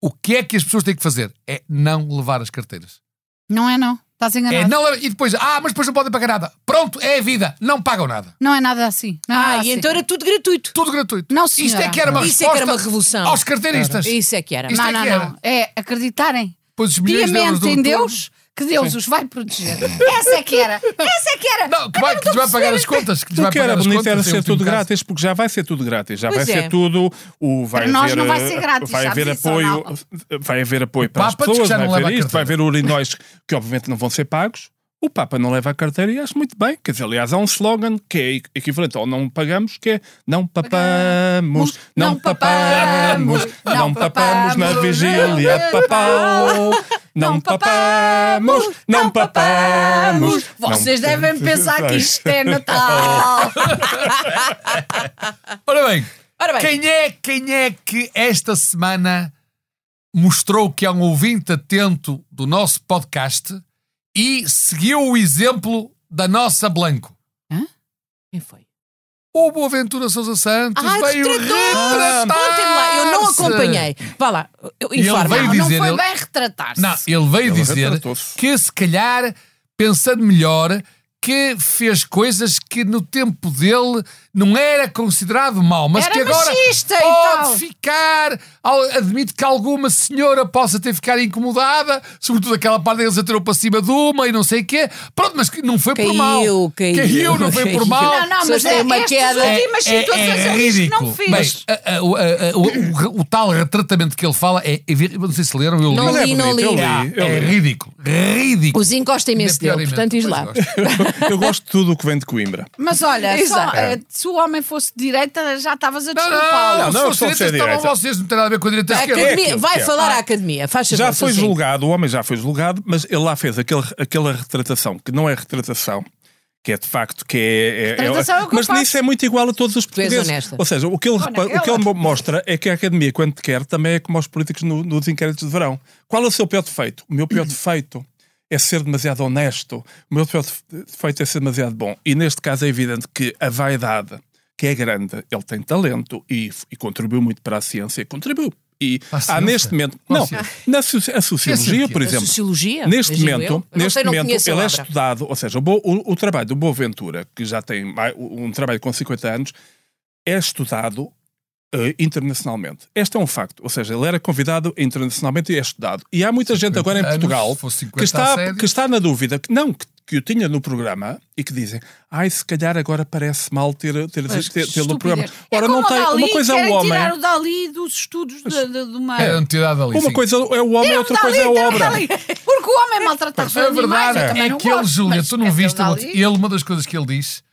S4: o que é que as pessoas têm que fazer? É não levar as carteiras.
S2: não é não. Estás enganado.
S4: É
S2: não...
S4: não levar- e depois, ah, mas depois não podem pagar nada. Pronto, é a vida. Não pagam nada.
S2: é nada assim. Não é
S1: Ah,
S2: nada
S1: e
S2: assim.
S1: então era tudo gratuito.
S4: Tudo gratuito.
S2: Não,
S4: Isto é
S2: senhora.
S4: que era uma
S1: Isso é que era
S4: resposta
S1: uma revolução.
S4: aos carteiristas.
S1: Isso é que era.
S4: Isto
S2: Não,
S4: é
S2: não,
S4: que era.
S2: não. É acreditarem
S4: Pois os milhões de
S2: piamente
S4: euros do
S2: em
S4: retorno-
S2: Deus que Deus os vai proteger. Essa é que era. Essa é que era.
S4: Não, que, vai, que lhes vai pagar as contas. Que lhes
S3: O
S4: vai
S3: que era
S4: pagar as
S3: bonito
S4: contas, é um
S3: era
S4: em
S3: ser
S4: último
S3: tudo
S4: caso.
S3: grátis, porque já vai ser tudo grátis. Já
S1: Pois
S3: vai
S1: é.
S3: ser tudo. O, vai
S2: Para nós
S3: haver,
S2: não vai
S3: eh,
S2: ser grátis,
S3: Vai
S2: já
S3: haver
S2: diz isso ou
S3: apoio, vai haver apoio para as
S4: Papa diz que
S3: pessoas,
S4: já
S3: vai
S4: não leva
S3: haver
S4: a
S3: isto, vai haver
S4: carteira.
S3: urinóis que obviamente não vão ser pagos. O Papa não leva a carteira e acho muito bem. Quer dizer, aliás, há um slogan que é equivalente ao não pagamos, que é não papamos, não papamos, não papamos na vigília de papal. Não papamos, não papamos.
S2: Vocês
S3: Não-
S2: devem pensar que isto é Natal.
S4: Ora bem,
S1: Ora bem,
S4: Quem é, quem é que esta semana mostrou que é um ouvinte atento do nosso podcast e seguiu o exemplo da nossa Blanco?
S1: quem foi?
S4: O Boaventura Sousa Santos
S1: Ah,
S4: veio
S1: retratou-se!
S4: retratar-se.
S1: Contem lá, eu não acompanhei. Vá lá, eu
S4: E ele
S1: informa.
S4: veio
S2: Não, não
S4: dizer,
S2: foi
S4: ele-
S2: bem retratar-se.
S4: Não, ele veio
S3: Ele
S4: dizer
S3: retratou-se.
S4: que se calhar, pensando melhor, que fez coisas que no tempo dele não era considerado mau, mas
S2: Era
S4: que agora
S2: machista e
S4: pode
S2: tal.
S4: ficar. Al- Admito que alguma senhora possa ter ficado incomodada, sobretudo aquela parte deles atirou para cima de uma e não sei o quê. Pronto, mas que não foi por mal.
S1: Caiu, caiu,
S4: não foi por
S1: caiu.
S4: mal. É,
S2: Não, não,
S1: Se
S2: mas
S1: tem
S2: é
S1: uma
S2: estas
S1: queda-
S2: últimas situações ele diz que não fez.
S4: Mas, a- a- o- a- a- o, o- o tal retratamento que ele fala é. é vir- eu não sei se leram, eu li.
S1: Não
S3: Mas é
S1: li, não
S3: bonito,
S1: li.
S3: eu
S4: Ah,
S3: li, eu
S4: é
S3: li.
S4: ridículo. Ridículo.
S1: O Zinho gosta imenso
S4: Ainda pior
S1: dele,
S4: imenso.
S1: portanto, diz
S4: Pois
S1: lá.
S4: gosto.
S3: Eu gosto de tudo o que vem de Coimbra.
S2: Mas olha, só,
S1: Exato.
S2: eh, se o homem fosse de direita, já estavas a
S4: Não, não,
S2: desculpá-lo.
S4: Ah,
S3: Não,
S4: não,
S3: não,
S4: não,
S3: eu sou
S4: vocês
S3: de
S4: estavam
S3: direita.
S4: vocês, não tem nada a ver com a direita
S1: A
S4: esquerda.
S1: academia,
S3: aquilo
S1: vai
S3: que é.
S1: falar à academia, faz favor.
S3: Já foi
S1: Zinho.
S3: julgado, o homem já foi julgado, mas ele lá fez aquele, aquela retratação que não é retratação, que é de facto que é. é- é-
S2: Retratação é o que eu
S3: mas
S2: faço.
S3: nisso é muito igual a todos os
S1: és
S3: portugueses.
S1: honesta.
S3: Ou seja, o que, ele, repa-
S2: naquela.
S3: o que ele mo- mostra é que a academia, quando quer, também é como aos políticos no- nos inquéritos de verão. Qual é o seu pior defeito? O meu pior defeito. É ser demasiado honesto. O meu pior defeito é ser demasiado bom. E neste caso é evidente que a vaidade, que é grande, ele tem talento e, f- e contribuiu muito para a ciência. Contribuiu. E
S4: Para a ciência?
S3: há neste momento.
S4: Qual
S3: Não,
S4: ciência?
S3: na soci- a sociologia, por
S4: A
S1: A
S3: exemplo.
S1: Sociologia?
S3: Neste
S1: digo eu. Eu
S3: momento,
S1: não sei,
S3: neste
S1: não
S3: momento
S1: conheço a
S3: ele é
S1: obra.
S3: estudado, ou seja, o, Bo- o- o trabalho do Boaventura, que já tem mai- um trabalho com 50 anos, é estudado eh, internacionalmente. Este é um facto, ou seja, ele era convidado internacionalmente e é estudado. E há muita gente agora em
S4: anos,
S3: Portugal
S4: fosse 50
S3: que
S4: a
S3: está,
S4: sério.
S3: que está na dúvida, que não, que, que o tinha no programa e que dizem, ai, se calhar agora parece mal ter, ter,
S2: Mas
S3: ter,
S2: que
S3: ter no programa.
S2: estupidez. É
S3: Ora,
S2: como
S3: não tem.
S2: o Dalí,
S3: Uma coisa é
S2: querem
S3: o
S2: tirar o
S3: homem.
S2: Dali dos estudos de, de, de uma...
S4: Era É entidade ali.
S3: é. Uma
S4: sim.
S3: coisa é o homem,
S2: Tirar o
S3: outra
S2: Dalí,
S3: coisa é a
S2: tirar o
S3: obra.
S2: Dalí. Porque o homem maltrata os
S4: A
S2: animais,
S4: verdade
S2: eu também
S4: é
S2: não
S4: que ele,
S2: gosto,
S4: Júlia,
S2: mas
S4: tu não
S2: quer dizer,
S4: viste.
S2: o
S4: o-
S2: Dalí-
S4: Ele, uma das coisas que ele diz.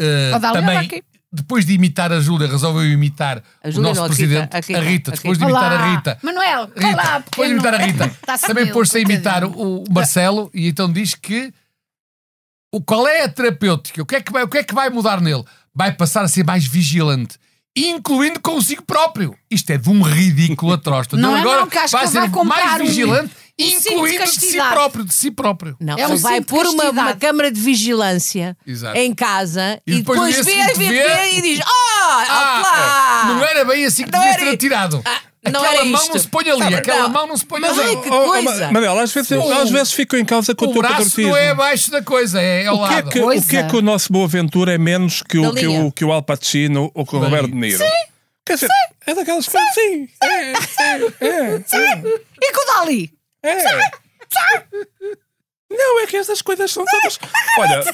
S4: eh,
S2: O Dalí era
S4: também,
S2: aqui.
S4: depois de imitar a Júlia, resolveu imitar
S1: A
S4: o
S1: Júlia
S4: nosso
S1: não, a Rita,
S4: presidente,
S1: a
S4: a
S1: Rita,
S4: Rita.
S1: a
S4: Depois de
S1: Rita.
S4: imitar a
S2: tá. Olá,
S4: Rita.
S2: Manuel,
S4: Rita,
S2: olá,
S4: depois de imitar a Rita.
S2: Está-se
S4: Também
S2: dele,
S4: pôs-se a imitar
S2: coitadinho.
S4: o, o Marcelo e então diz que o, qual é a terapêutica? O que é, que vai, o que é que vai mudar nele? Vai passar a ser mais vigilante, incluindo consigo próprio. Isto é de um ridículo atroz. Então
S2: Não é
S4: agora
S2: não, que acho
S4: vai
S2: que
S4: ser
S2: vai comprar
S4: mais
S2: um-
S4: vigilante,
S2: um cinto de
S4: incluindo de, si
S2: castidade.
S4: próprio, de si próprio.
S1: Não,
S2: É um
S1: ele vai
S2: cinto de
S1: pôr uma,
S2: castidade.
S1: uma câmara de vigilância
S4: Exato.
S1: em casa
S4: E
S1: e,
S4: depois
S1: depois,
S4: no dia
S1: vê,
S4: seguinte
S1: vê,
S4: vê-
S1: vê e diz: Ah,
S4: Ah,
S1: ah,
S4: Não era bem assim que
S1: Não
S4: devia
S1: era
S4: ter
S1: i-
S4: atirado.
S1: Ah, não
S4: Aquela
S1: era
S4: mão
S1: isto.
S4: não se põe ali,
S1: Não,
S4: aquela
S1: não.
S4: mão não se põe
S1: Mas
S4: ali.
S1: ai, que
S3: Oh, oh,
S1: coisa!
S3: Manel, às vezes,
S4: Sim.
S3: às vezes fico em causa com
S4: O
S3: o teu
S4: braço
S3: patriotismo.
S4: não é abaixo da coisa, é ao
S3: O que, é
S4: lado.
S3: que, o que é
S2: Coisa.
S3: que o nosso Boaventura é menos que o,
S1: Da
S3: que
S1: linha.
S3: o, que o Al Pacino ou que o
S4: Bem.
S3: Roberto De Niro? Quer dizer, é daquelas coisas. Sim, é, sim, é, sim,
S2: E com o Dali?
S3: é. Não, é que estas coisas são todas. Olha,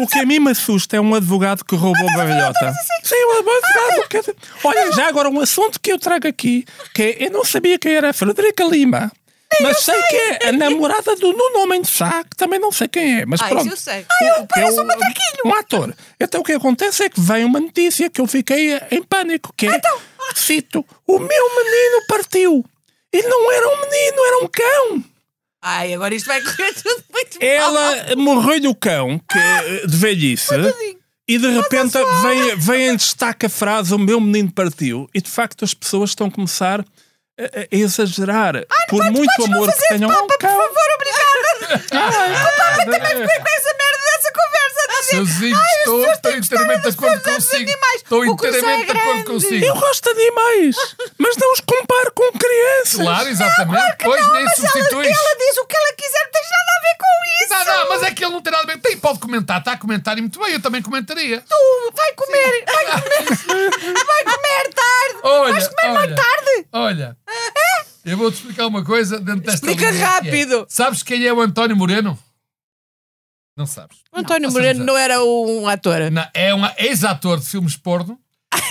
S3: o que a mim me assusta é um advogado que roubou a velhota. Sim, um advogado. quer dizer- Olha, já agora um assunto que eu trago aqui, que é, eu não sabia quem era a Frederica Lima. Mas sei que é a namorada do Nuno Homem de Sá, que também não sei quem é, mas
S1: Ah,
S3: pronto.
S1: isso eu sei.
S3: eu pareço um macaquinho. Um ator. Então o que acontece é que vem uma notícia que eu fiquei em pânico, que é, cito, o meu menino partiu. E não era um menino, era um cão.
S1: Ai, agora isto vai correr tudo muito mal.
S2: Ah,
S3: Ela morreu do cão, que, eh, de velhice, e de repente vem, vem em destaque a frase: O meu menino partiu. E de facto as pessoas estão a começar a, a exagerar. por muito amor que tenham ao
S2: Papa, por
S3: cão.
S2: favor, obrigada. Fiquei com essa merda dessa conversa. de dizer,
S4: Seuzinho,
S2: "Ai, as
S4: estou,
S2: pessoas
S4: estou
S2: têm que gostar
S4: inteiramente de
S2: das
S4: acordo
S2: coisas dos
S4: consigo.
S2: animais.
S4: Estou
S2: O coração é
S4: inteiramente de acordo
S2: grande."
S4: consigo.
S3: Eu gosto de animais, mas não os comparo com crianças.
S4: Claro, exatamente.
S2: que
S4: pois
S2: não,
S4: nem
S2: mas ela,
S4: substituis.
S2: ela diz o que ela quiser, não tens nada a ver com isso.
S4: Não, não, mas é que ele não tem nada a ver. Tem, pode comentar, está a comentar e muito bem, eu também comentaria.
S2: Tu vai comer, vai comer, vai comer tarde.
S4: Olha,
S2: Vais comer mais
S4: olha.
S2: tarde. É?
S4: Olha, eu vou-te explicar uma coisa dentro desta
S1: Explica
S4: linha que é.
S1: rápido.
S4: Sabes quem é o António Moreno? Não sabes.
S1: O António
S4: Não,
S1: Moreno não era um ator.
S4: Não, é um ex-ator de filmes porno.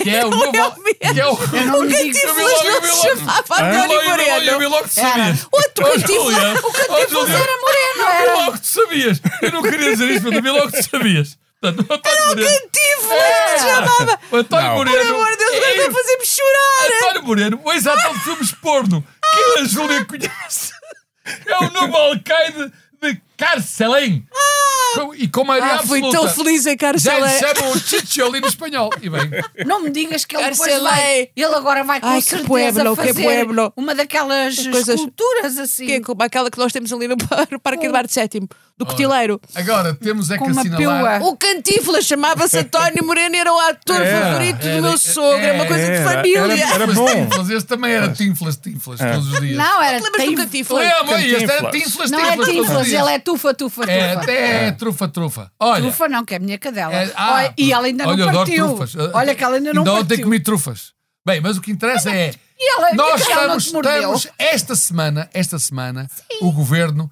S4: Que é o novo.
S1: vi.
S4: Que é o.
S2: não me digas.
S4: Eu vi
S1: Mas
S4: logo,
S1: não
S4: eu vi
S1: se
S4: logo.
S1: chamava
S4: Eu vi
S1: António
S4: logo, Eu vi
S1: Moreno.
S4: logo que sabias.
S1: O ator
S4: Oh, Julia, oh, Julia,
S2: Moreno
S4: Eu vi
S2: era.
S4: logo que sabias. Eu não queria dizer isto, mas eu vi logo que sabias. Portanto, o António Moreno. É.
S1: Tive, mas se chamava.
S4: O António
S3: Não.
S4: Moreno.
S1: Por amor de Deus, agora
S4: é
S1: vai fazer-me chorar.
S4: António Moreno, o ex-ator de filmes porno, que a Júlia conhece, é o novo alcaide de Carcelém. Com- E com maioria
S1: Ah, fui
S4: absoluta.
S1: tão feliz em
S4: Já lhe
S1: Carcelé.
S4: chamam o Chicholi no espanhol. E bem,
S2: Não me digas que ele depois
S1: Carcelei.
S2: vai. Ele agora vai com
S1: Ai, que
S2: certeza
S1: pueblo, que
S2: fazer
S1: pueblo.
S2: uma daquelas
S1: Coisas-
S2: esculturas assim.
S1: Que é como aquela que nós temos ali no, par- no
S4: Hum.
S1: Parque Eduardo VII, do Cotileiro.
S4: agora temos é que
S2: Com uma
S4: assinalar...
S2: piua.
S1: O Cantinflas chamava-se António Moreno, era o ator
S3: Era,
S1: favorito
S4: era,
S1: do meu sogro, é uma coisa de
S3: era,
S1: família.
S3: era-
S4: Mas
S3: bom. É.
S4: Tinflas, este também era Tinflas, Tinflas, todos os dias.
S2: Não, era.
S1: Lembras do
S2: tem-
S1: Cantinflas?
S4: Lembro, este era
S3: Cantinflas.
S4: Tinflas, Tinflas,
S2: Não é
S4: todos os
S2: tinflas,
S4: dias.
S2: ele é tufa, tufa, tufa.
S4: É, até é trufa, trufa. Olha,
S2: Trufa não, que é a minha cadela.
S4: É, ah,
S2: Olha, e ela ainda não
S4: olha, eu adoro
S2: partiu.
S4: trufas.
S2: Olha que ela ainda não
S4: ontem
S2: partiu.
S4: comi trufas. Bem, mas o que interessa é...
S2: E ela,
S4: Nós
S2: que ela não
S4: estamos,
S2: te mordeu.
S4: estamos esta semana, esta semana, o governo,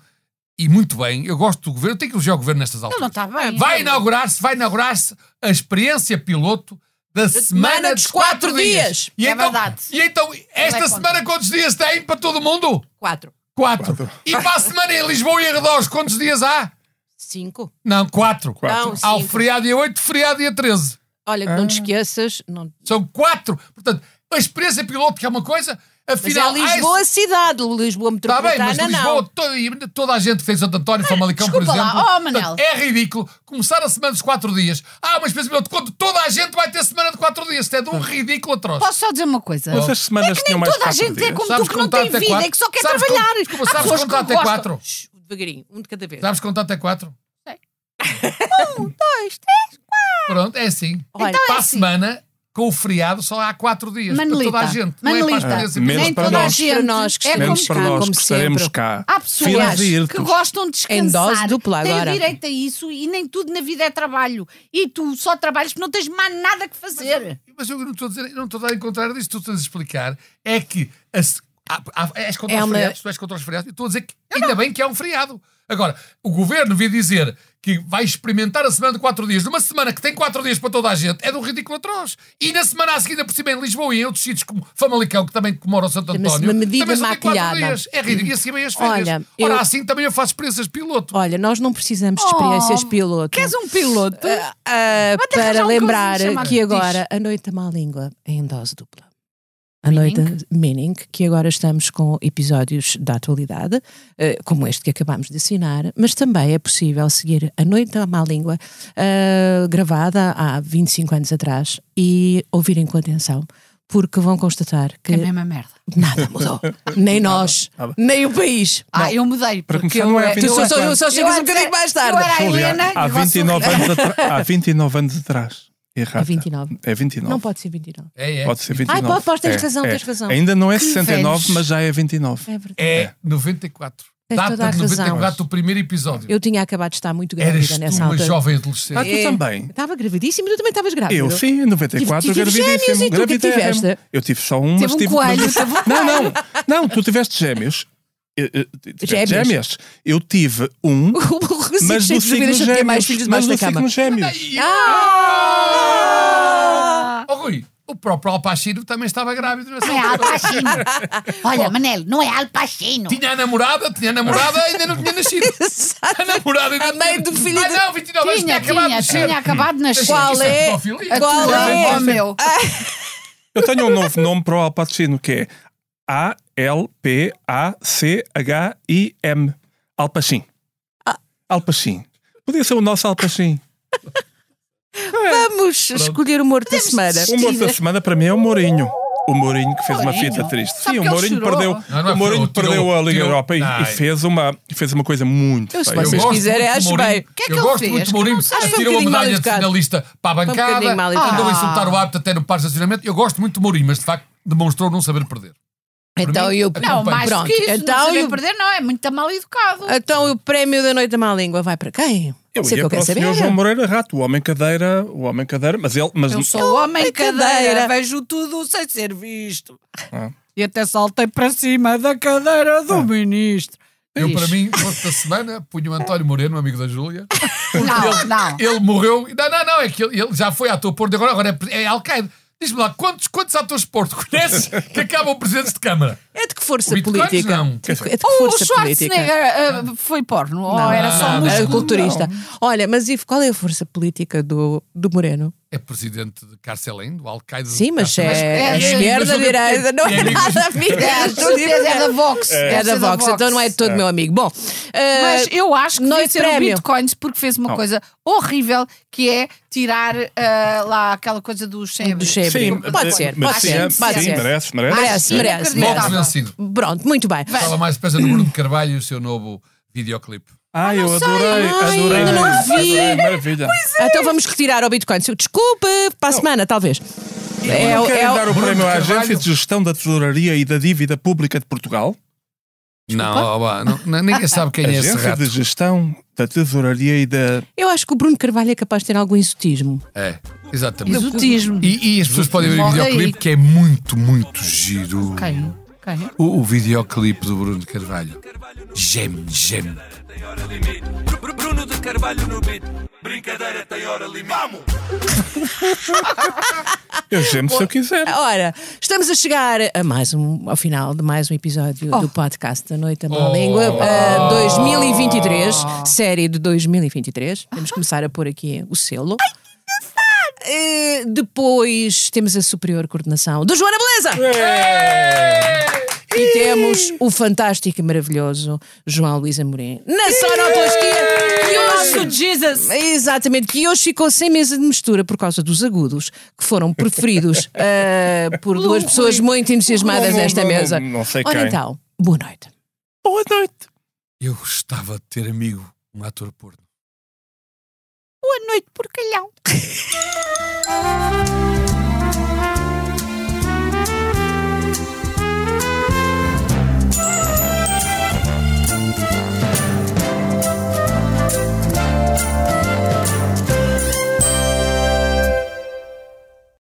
S4: e muito bem, eu gosto do governo, tem que elogiar o governo nestas
S2: Ele não
S4: alturas.
S2: está bem.
S4: Vai inaugurar-se, vai inaugurar-se a experiência piloto da semana, dos quatro, dias.
S1: dias.
S4: E
S2: É
S4: então,
S2: verdade.
S4: E então, esta
S2: contra.
S4: semana, quantos dias tem para todo mundo?
S1: Quatro.
S4: Quatro. E para a semana em Lisboa e arredores, quantos dias há?
S1: Cinco.
S4: Não, quatro.
S3: Quatro.
S1: Não,
S4: Há o
S1: cinco.
S4: feriado dia 8, feriado dia 13.
S1: Olha, que não
S4: Ah.
S1: te esqueças. Não...
S4: São quatro. Portanto, a experiência piloto, que é uma coisa,
S1: Mas
S4: afinal.
S1: é
S4: há esse-
S1: Lisboa a cidade, Lisboa
S4: Está Tá bem, mas
S1: metropolitana,
S4: Lisboa,
S1: não.
S4: toda, e toda a gente fez Santo António, Famalicão, por
S2: desculpa
S4: exemplo.
S2: lá. Oh, Manel.
S4: Portanto, é ridículo começar a semana dos quatro dias. Ah, mas pensa minuto, quando toda a gente vai ter semana de quatro dias. Isto é de um ridículo atroz.
S2: Posso só dizer uma coisa? É
S3: Mas as semanas tinham mais
S2: Toda a
S3: quatro
S2: gente é
S3: dias.
S2: como
S4: Sabes
S2: tu que não
S4: contar
S2: tem
S4: até
S2: vida, é
S4: quatro?
S2: que só quer
S4: Sabes
S2: trabalhar.
S4: con- desculpa,
S2: Há
S4: sabes
S2: pessoas que
S4: contar até
S2: gostam.
S4: quatro?
S1: Shhh, Devagarinho, um de cada
S2: Tá
S1: vez.
S4: Sabes contar até é quatro?
S2: Dois, três.
S4: Pronto, é assim.
S1: Olha,
S4: para a
S2: assim.
S4: semana, com o feriado, só há quatro dias.
S2: Manolita,
S4: para toda a gente. Não é para a
S2: Manolita,
S4: experiência
S3: menos
S4: piloto.
S2: Nem
S3: para
S2: toda a
S3: nós.
S2: gente.
S1: Para nós que
S2: é como
S3: Menos
S1: estamos
S3: para
S1: cá,
S3: nós
S1: como
S3: que estaremos
S1: sempre.
S3: cá.
S2: Há
S3: Filhos
S2: pessoas
S3: de
S2: que
S3: Irtos.
S2: gostam de descansar.
S1: Em dose dupla
S2: têm
S1: agora.
S2: direito a isso e nem tudo na vida é trabalho. E tu só trabalhas porque não tens mais nada que
S1: É
S2: fazer.
S4: Mas eu não estou a dizer, eu não estou a dar em contrário disso. Tu estás a explicar. É que a se- há- há- és contra
S1: É
S4: os
S1: uma-
S4: feriados, tu és contra os feriados. Eu estou a dizer que ainda bem que é um feriado. Agora, o governo vir dizer que vai experimentar a semana de quatro dias, numa semana que tem quatro dias para toda a gente, é de um ridículo atroz. E na semana a seguir, ainda por cima, em Lisboa e em outros sítios como Famalicão, que também comemora o Santo
S1: Chama-se
S4: António,
S1: uma medida
S4: também só tem quatro
S1: maquilhada.
S4: dias. É ridículo. E assim vem as férias.
S1: Olha,
S4: Ora,
S1: eu-
S4: assim também eu faço experiências de piloto.
S1: Olha, nós não precisamos de experiências
S2: Oh,
S1: piloto.
S2: Queres um piloto?
S1: Ah, ah,
S2: Vou-te arranjar
S1: para
S2: um
S1: lembrar
S2: cozinho chamado
S1: que
S2: Tish.
S1: agora a noite da má língua é em dose dupla. A noite meaning, que agora estamos com episódios da atualidade, eh, como este que acabámos de assinar, mas também é possível seguir a noite da má língua, eh, gravada há 25 anos atrás, e ouvirem com atenção, porque vão constatar que
S2: É a mesma merda.
S1: nada mudou. Nem nós,
S3: nada.
S1: nem o país.
S2: Ah, eu mudei.
S3: Para
S2: porque
S3: começar, não
S2: eu eh,
S3: é
S2: era-
S3: a vida.
S1: Tu só, só, só
S2: Eu
S1: chegas um
S2: antes-
S1: bocadinho mais tarde.
S2: Eu era a
S3: Julia,
S2: Helena.
S3: há,
S2: e agora sou
S3: 29
S2: eu.
S3: anos atra- há 29 anos atrás. Errado.
S1: É 29.
S3: É 29.
S1: Não pode ser 29.
S4: É, é.
S3: Pode ser 29.
S1: Ai, pode, pode, tens
S3: É,
S1: razão,
S3: é.
S1: tens razão.
S3: Ainda não é
S2: Que
S3: 69,
S2: velhos.
S3: mas já é 29.
S1: É verdade.
S4: É 94.
S1: Tens toda a
S4: Data de
S1: razão.
S4: 94 do primeiro episódio.
S1: Eu tinha acabado de estar muito
S4: Eras tu
S1: grávida
S4: uma
S1: nessa altura.
S4: jovem adolescente.
S3: Ah, tu
S1: É.
S3: também.
S1: Estava gravidíssima, tu também estavas grávida.
S3: Eu sim, em 94,
S1: Tive- tive gêmeos e tu que
S3: gravidíssimo. gravidérrimo.
S1: tiveste?
S3: Eu tive só um, mas
S2: Teve um
S3: tive.
S2: coelho,
S3: mas-
S2: teve um
S3: Não, não, não, tu tiveste gêmeos. Eu- eu- tiveste
S1: Gêmeos?
S3: Gêmeas. Eu tive um,
S1: O Recife
S3: mas
S1: sem
S3: do signo
S1: dúvidas já tinha mais filhos
S3: gêmeos. Mas
S1: debaixo da
S3: do
S1: cama.
S3: signo gêmeos.
S4: E-
S2: Ah!
S4: Oh, Rui, o próprio Alpacino também estava grávido nessa
S2: É Al
S4: altura.
S2: Pacino. Olha, Manel, não é Al Pacino.
S4: Tinha a namorada, tinha a namorada, ainda não tinha nascido. A namorada ainda
S1: A
S4: não tinha-
S1: mãe do filho
S4: Ah,
S1: de-
S4: não, 29 anos,
S2: Tinha,
S4: tinha acabado de
S2: tinha,
S4: nascer.
S2: tinha acabado de nascer.
S4: Qual
S2: Isso
S4: é?
S2: A
S1: Qual
S2: tua
S1: é?
S2: avó, meu.
S3: Eu tenho um novo nome para o Alpacino que é A-L-P-A-C-H-I-M. Alpacim.
S1: Ah.
S3: Alpacim. Podia ser o nosso Alpacim.
S1: Vamos escolher o morto da semana.
S3: O É. humor da semana para mim é o Mourinho. O Mourinho que fez uma fita triste.
S2: Sabe
S3: Sim, o
S2: que ele
S3: Mourinho
S2: chorou?
S3: perdeu,
S4: Não, não é
S3: o Mourinho
S4: chorou, tirou-
S3: perdeu a Liga
S4: tirou-
S3: Europa e,
S4: Ai.
S3: e fez, uma, fez uma coisa muito
S1: Eu sei,
S3: feia.
S1: vocês
S4: gosto
S1: quiserem,
S4: muito de
S1: acho
S4: Mourinho.
S1: bem.
S2: O que é que
S4: eu
S2: ele
S4: gosto
S2: fez?
S4: muito de Mourinho.
S2: Acho que foi um
S4: Tirou a
S1: bocadinho mal
S4: medalha de
S1: educado.
S4: finalista para a
S1: um
S4: bancada.
S1: bocadinho mal educado.
S4: Andou
S2: Ah.
S4: a insultar o árbitro até no par de estacionamento. Eu gosto muito de Mourinho, mas de facto demonstrou não saber perder.
S1: Então eu
S3: é
S2: Não, mais do
S1: Pronto,
S2: que isso, não
S1: então
S2: saber
S1: eu-
S2: perder, não, é muito mal educado.
S1: Então o prémio da noite da má língua vai para quem?
S3: Eu
S1: Sei
S3: ia
S1: que eu
S3: para
S1: quero
S3: o
S1: saber.
S3: senhor João Moreira Rato, o homem cadeira, o homem cadeira, mas ele... Mas,
S2: Eu sou homem
S1: cadeira.
S2: cadeira. vejo tudo sem ser visto.
S3: Ah.
S2: E até saltei para cima da cadeira do ministro.
S4: Eu, para
S1: Ixi.
S4: mim, fosse da semana, punho o António Moreno, um amigo da Júlia.
S2: Não, não.
S4: Ele morreu. Não, não, não, é que ele, ele já foi ator Porto, agora, agora é, é Al-Qaeda. Diz-me lá, quantos, quantos atores de Porto conheces que acabam presidentes de Câmara?
S1: É de que força
S4: O Bitcoin,
S1: política?
S4: não.
S1: É de que
S2: Ou o
S1: força política?
S2: Schwarzenegger um ah, foi porno, ou era só
S4: não,
S2: músculo.
S1: Era culturista. Olha, mas Ivo, qual é a força política do, do Moreno?
S4: É presidente de Carcelém, do Al-Qaeda. de
S1: Sim, mas
S4: Carcelém.
S1: é,
S2: é-
S1: a esquerda,
S4: é-
S1: a direita, não é,
S4: é-
S1: nada a ver.
S2: É, às vezes é da Vox.
S1: É
S2: deve
S1: da
S2: ser
S1: Vox, então não é de todo meu amigo. Bom, eh,
S2: Mas eu acho que devia
S1: noite
S2: ser o
S1: prémio.
S2: Bitcoins porque fez uma coisa horrível que é tirar ah, lá aquela coisa do Shebri.
S1: Do Shebri.
S3: sim,
S1: é Pode ser,
S3: mas
S1: pode
S3: sim,
S1: ser, pode
S3: sim,
S1: ser. merece,
S3: merece,
S1: merece.
S3: merece.
S2: Inacreditável.
S1: merece.
S4: Vox vencido.
S1: Pronto, muito bem.
S4: assim, Fala mais depressa do Bruno de Carvalho e o seu novo videoclipe.
S3: Ai, Ah, eu adorei,
S1: Ai,
S3: adorei.
S1: ainda não vi.
S3: Adorei, maravilha.
S1: Então vamos retirar o Bitcoin. Se eu- Desculpe, para a semana, talvez. É,
S3: Eu
S1: o- é
S3: quero
S1: o-
S3: dar o
S4: Bruno
S3: prémio à
S4: Carvalho.
S3: Agência de Gestão da Tesouraria e da Dívida Pública de Portugal.
S4: Não, ó, vá, não, não, ninguém sabe quem é esse
S3: Agência
S4: rato.
S3: de Gestão da Tesouraria e da...
S1: eu acho que o Bruno Carvalho é capaz de ter algum exotismo.
S4: É, exatamente.
S2: Exotismo.
S4: E, e as pessoas podem ver o
S2: Morre
S4: videoclipe
S2: aí.
S4: que é muito, muito giro.
S2: Quem? Quem?
S4: O, o videoclipe do Bruno de Carvalho. Geme, geme.
S5: tem hora limite. Bru- Bru- Bruno de Carvalho no beat. Brincadeira tem hora limite. Vamos!
S3: Eu gemo se eu quiser.
S1: Ora, estamos a chegar a mais um, ao final de mais um episódio do podcast da Noite à Má
S4: Oh.
S1: Língua, eh, 2023, série de 2023. Temos que começar a pôr aqui o selo. Eh, depois temos a superior coordenação do Joana Beleza! E temos o fantástico e maravilhoso João Luís Amorim na sonoplastia que hoje
S2: Jesus.
S1: Exatamente, que hoje ficou sem mesa de mistura por causa dos agudos que foram preferidos eh, por duas pessoas muito entusiasmadas
S3: Não, não,
S1: nesta
S3: não,
S1: mesa.
S3: não, não sei
S1: Ora
S3: quem.
S1: então, boa noite.
S3: Boa noite.
S4: Eu gostava de ter amigo um ator porno.
S2: Boa noite, porcalhão.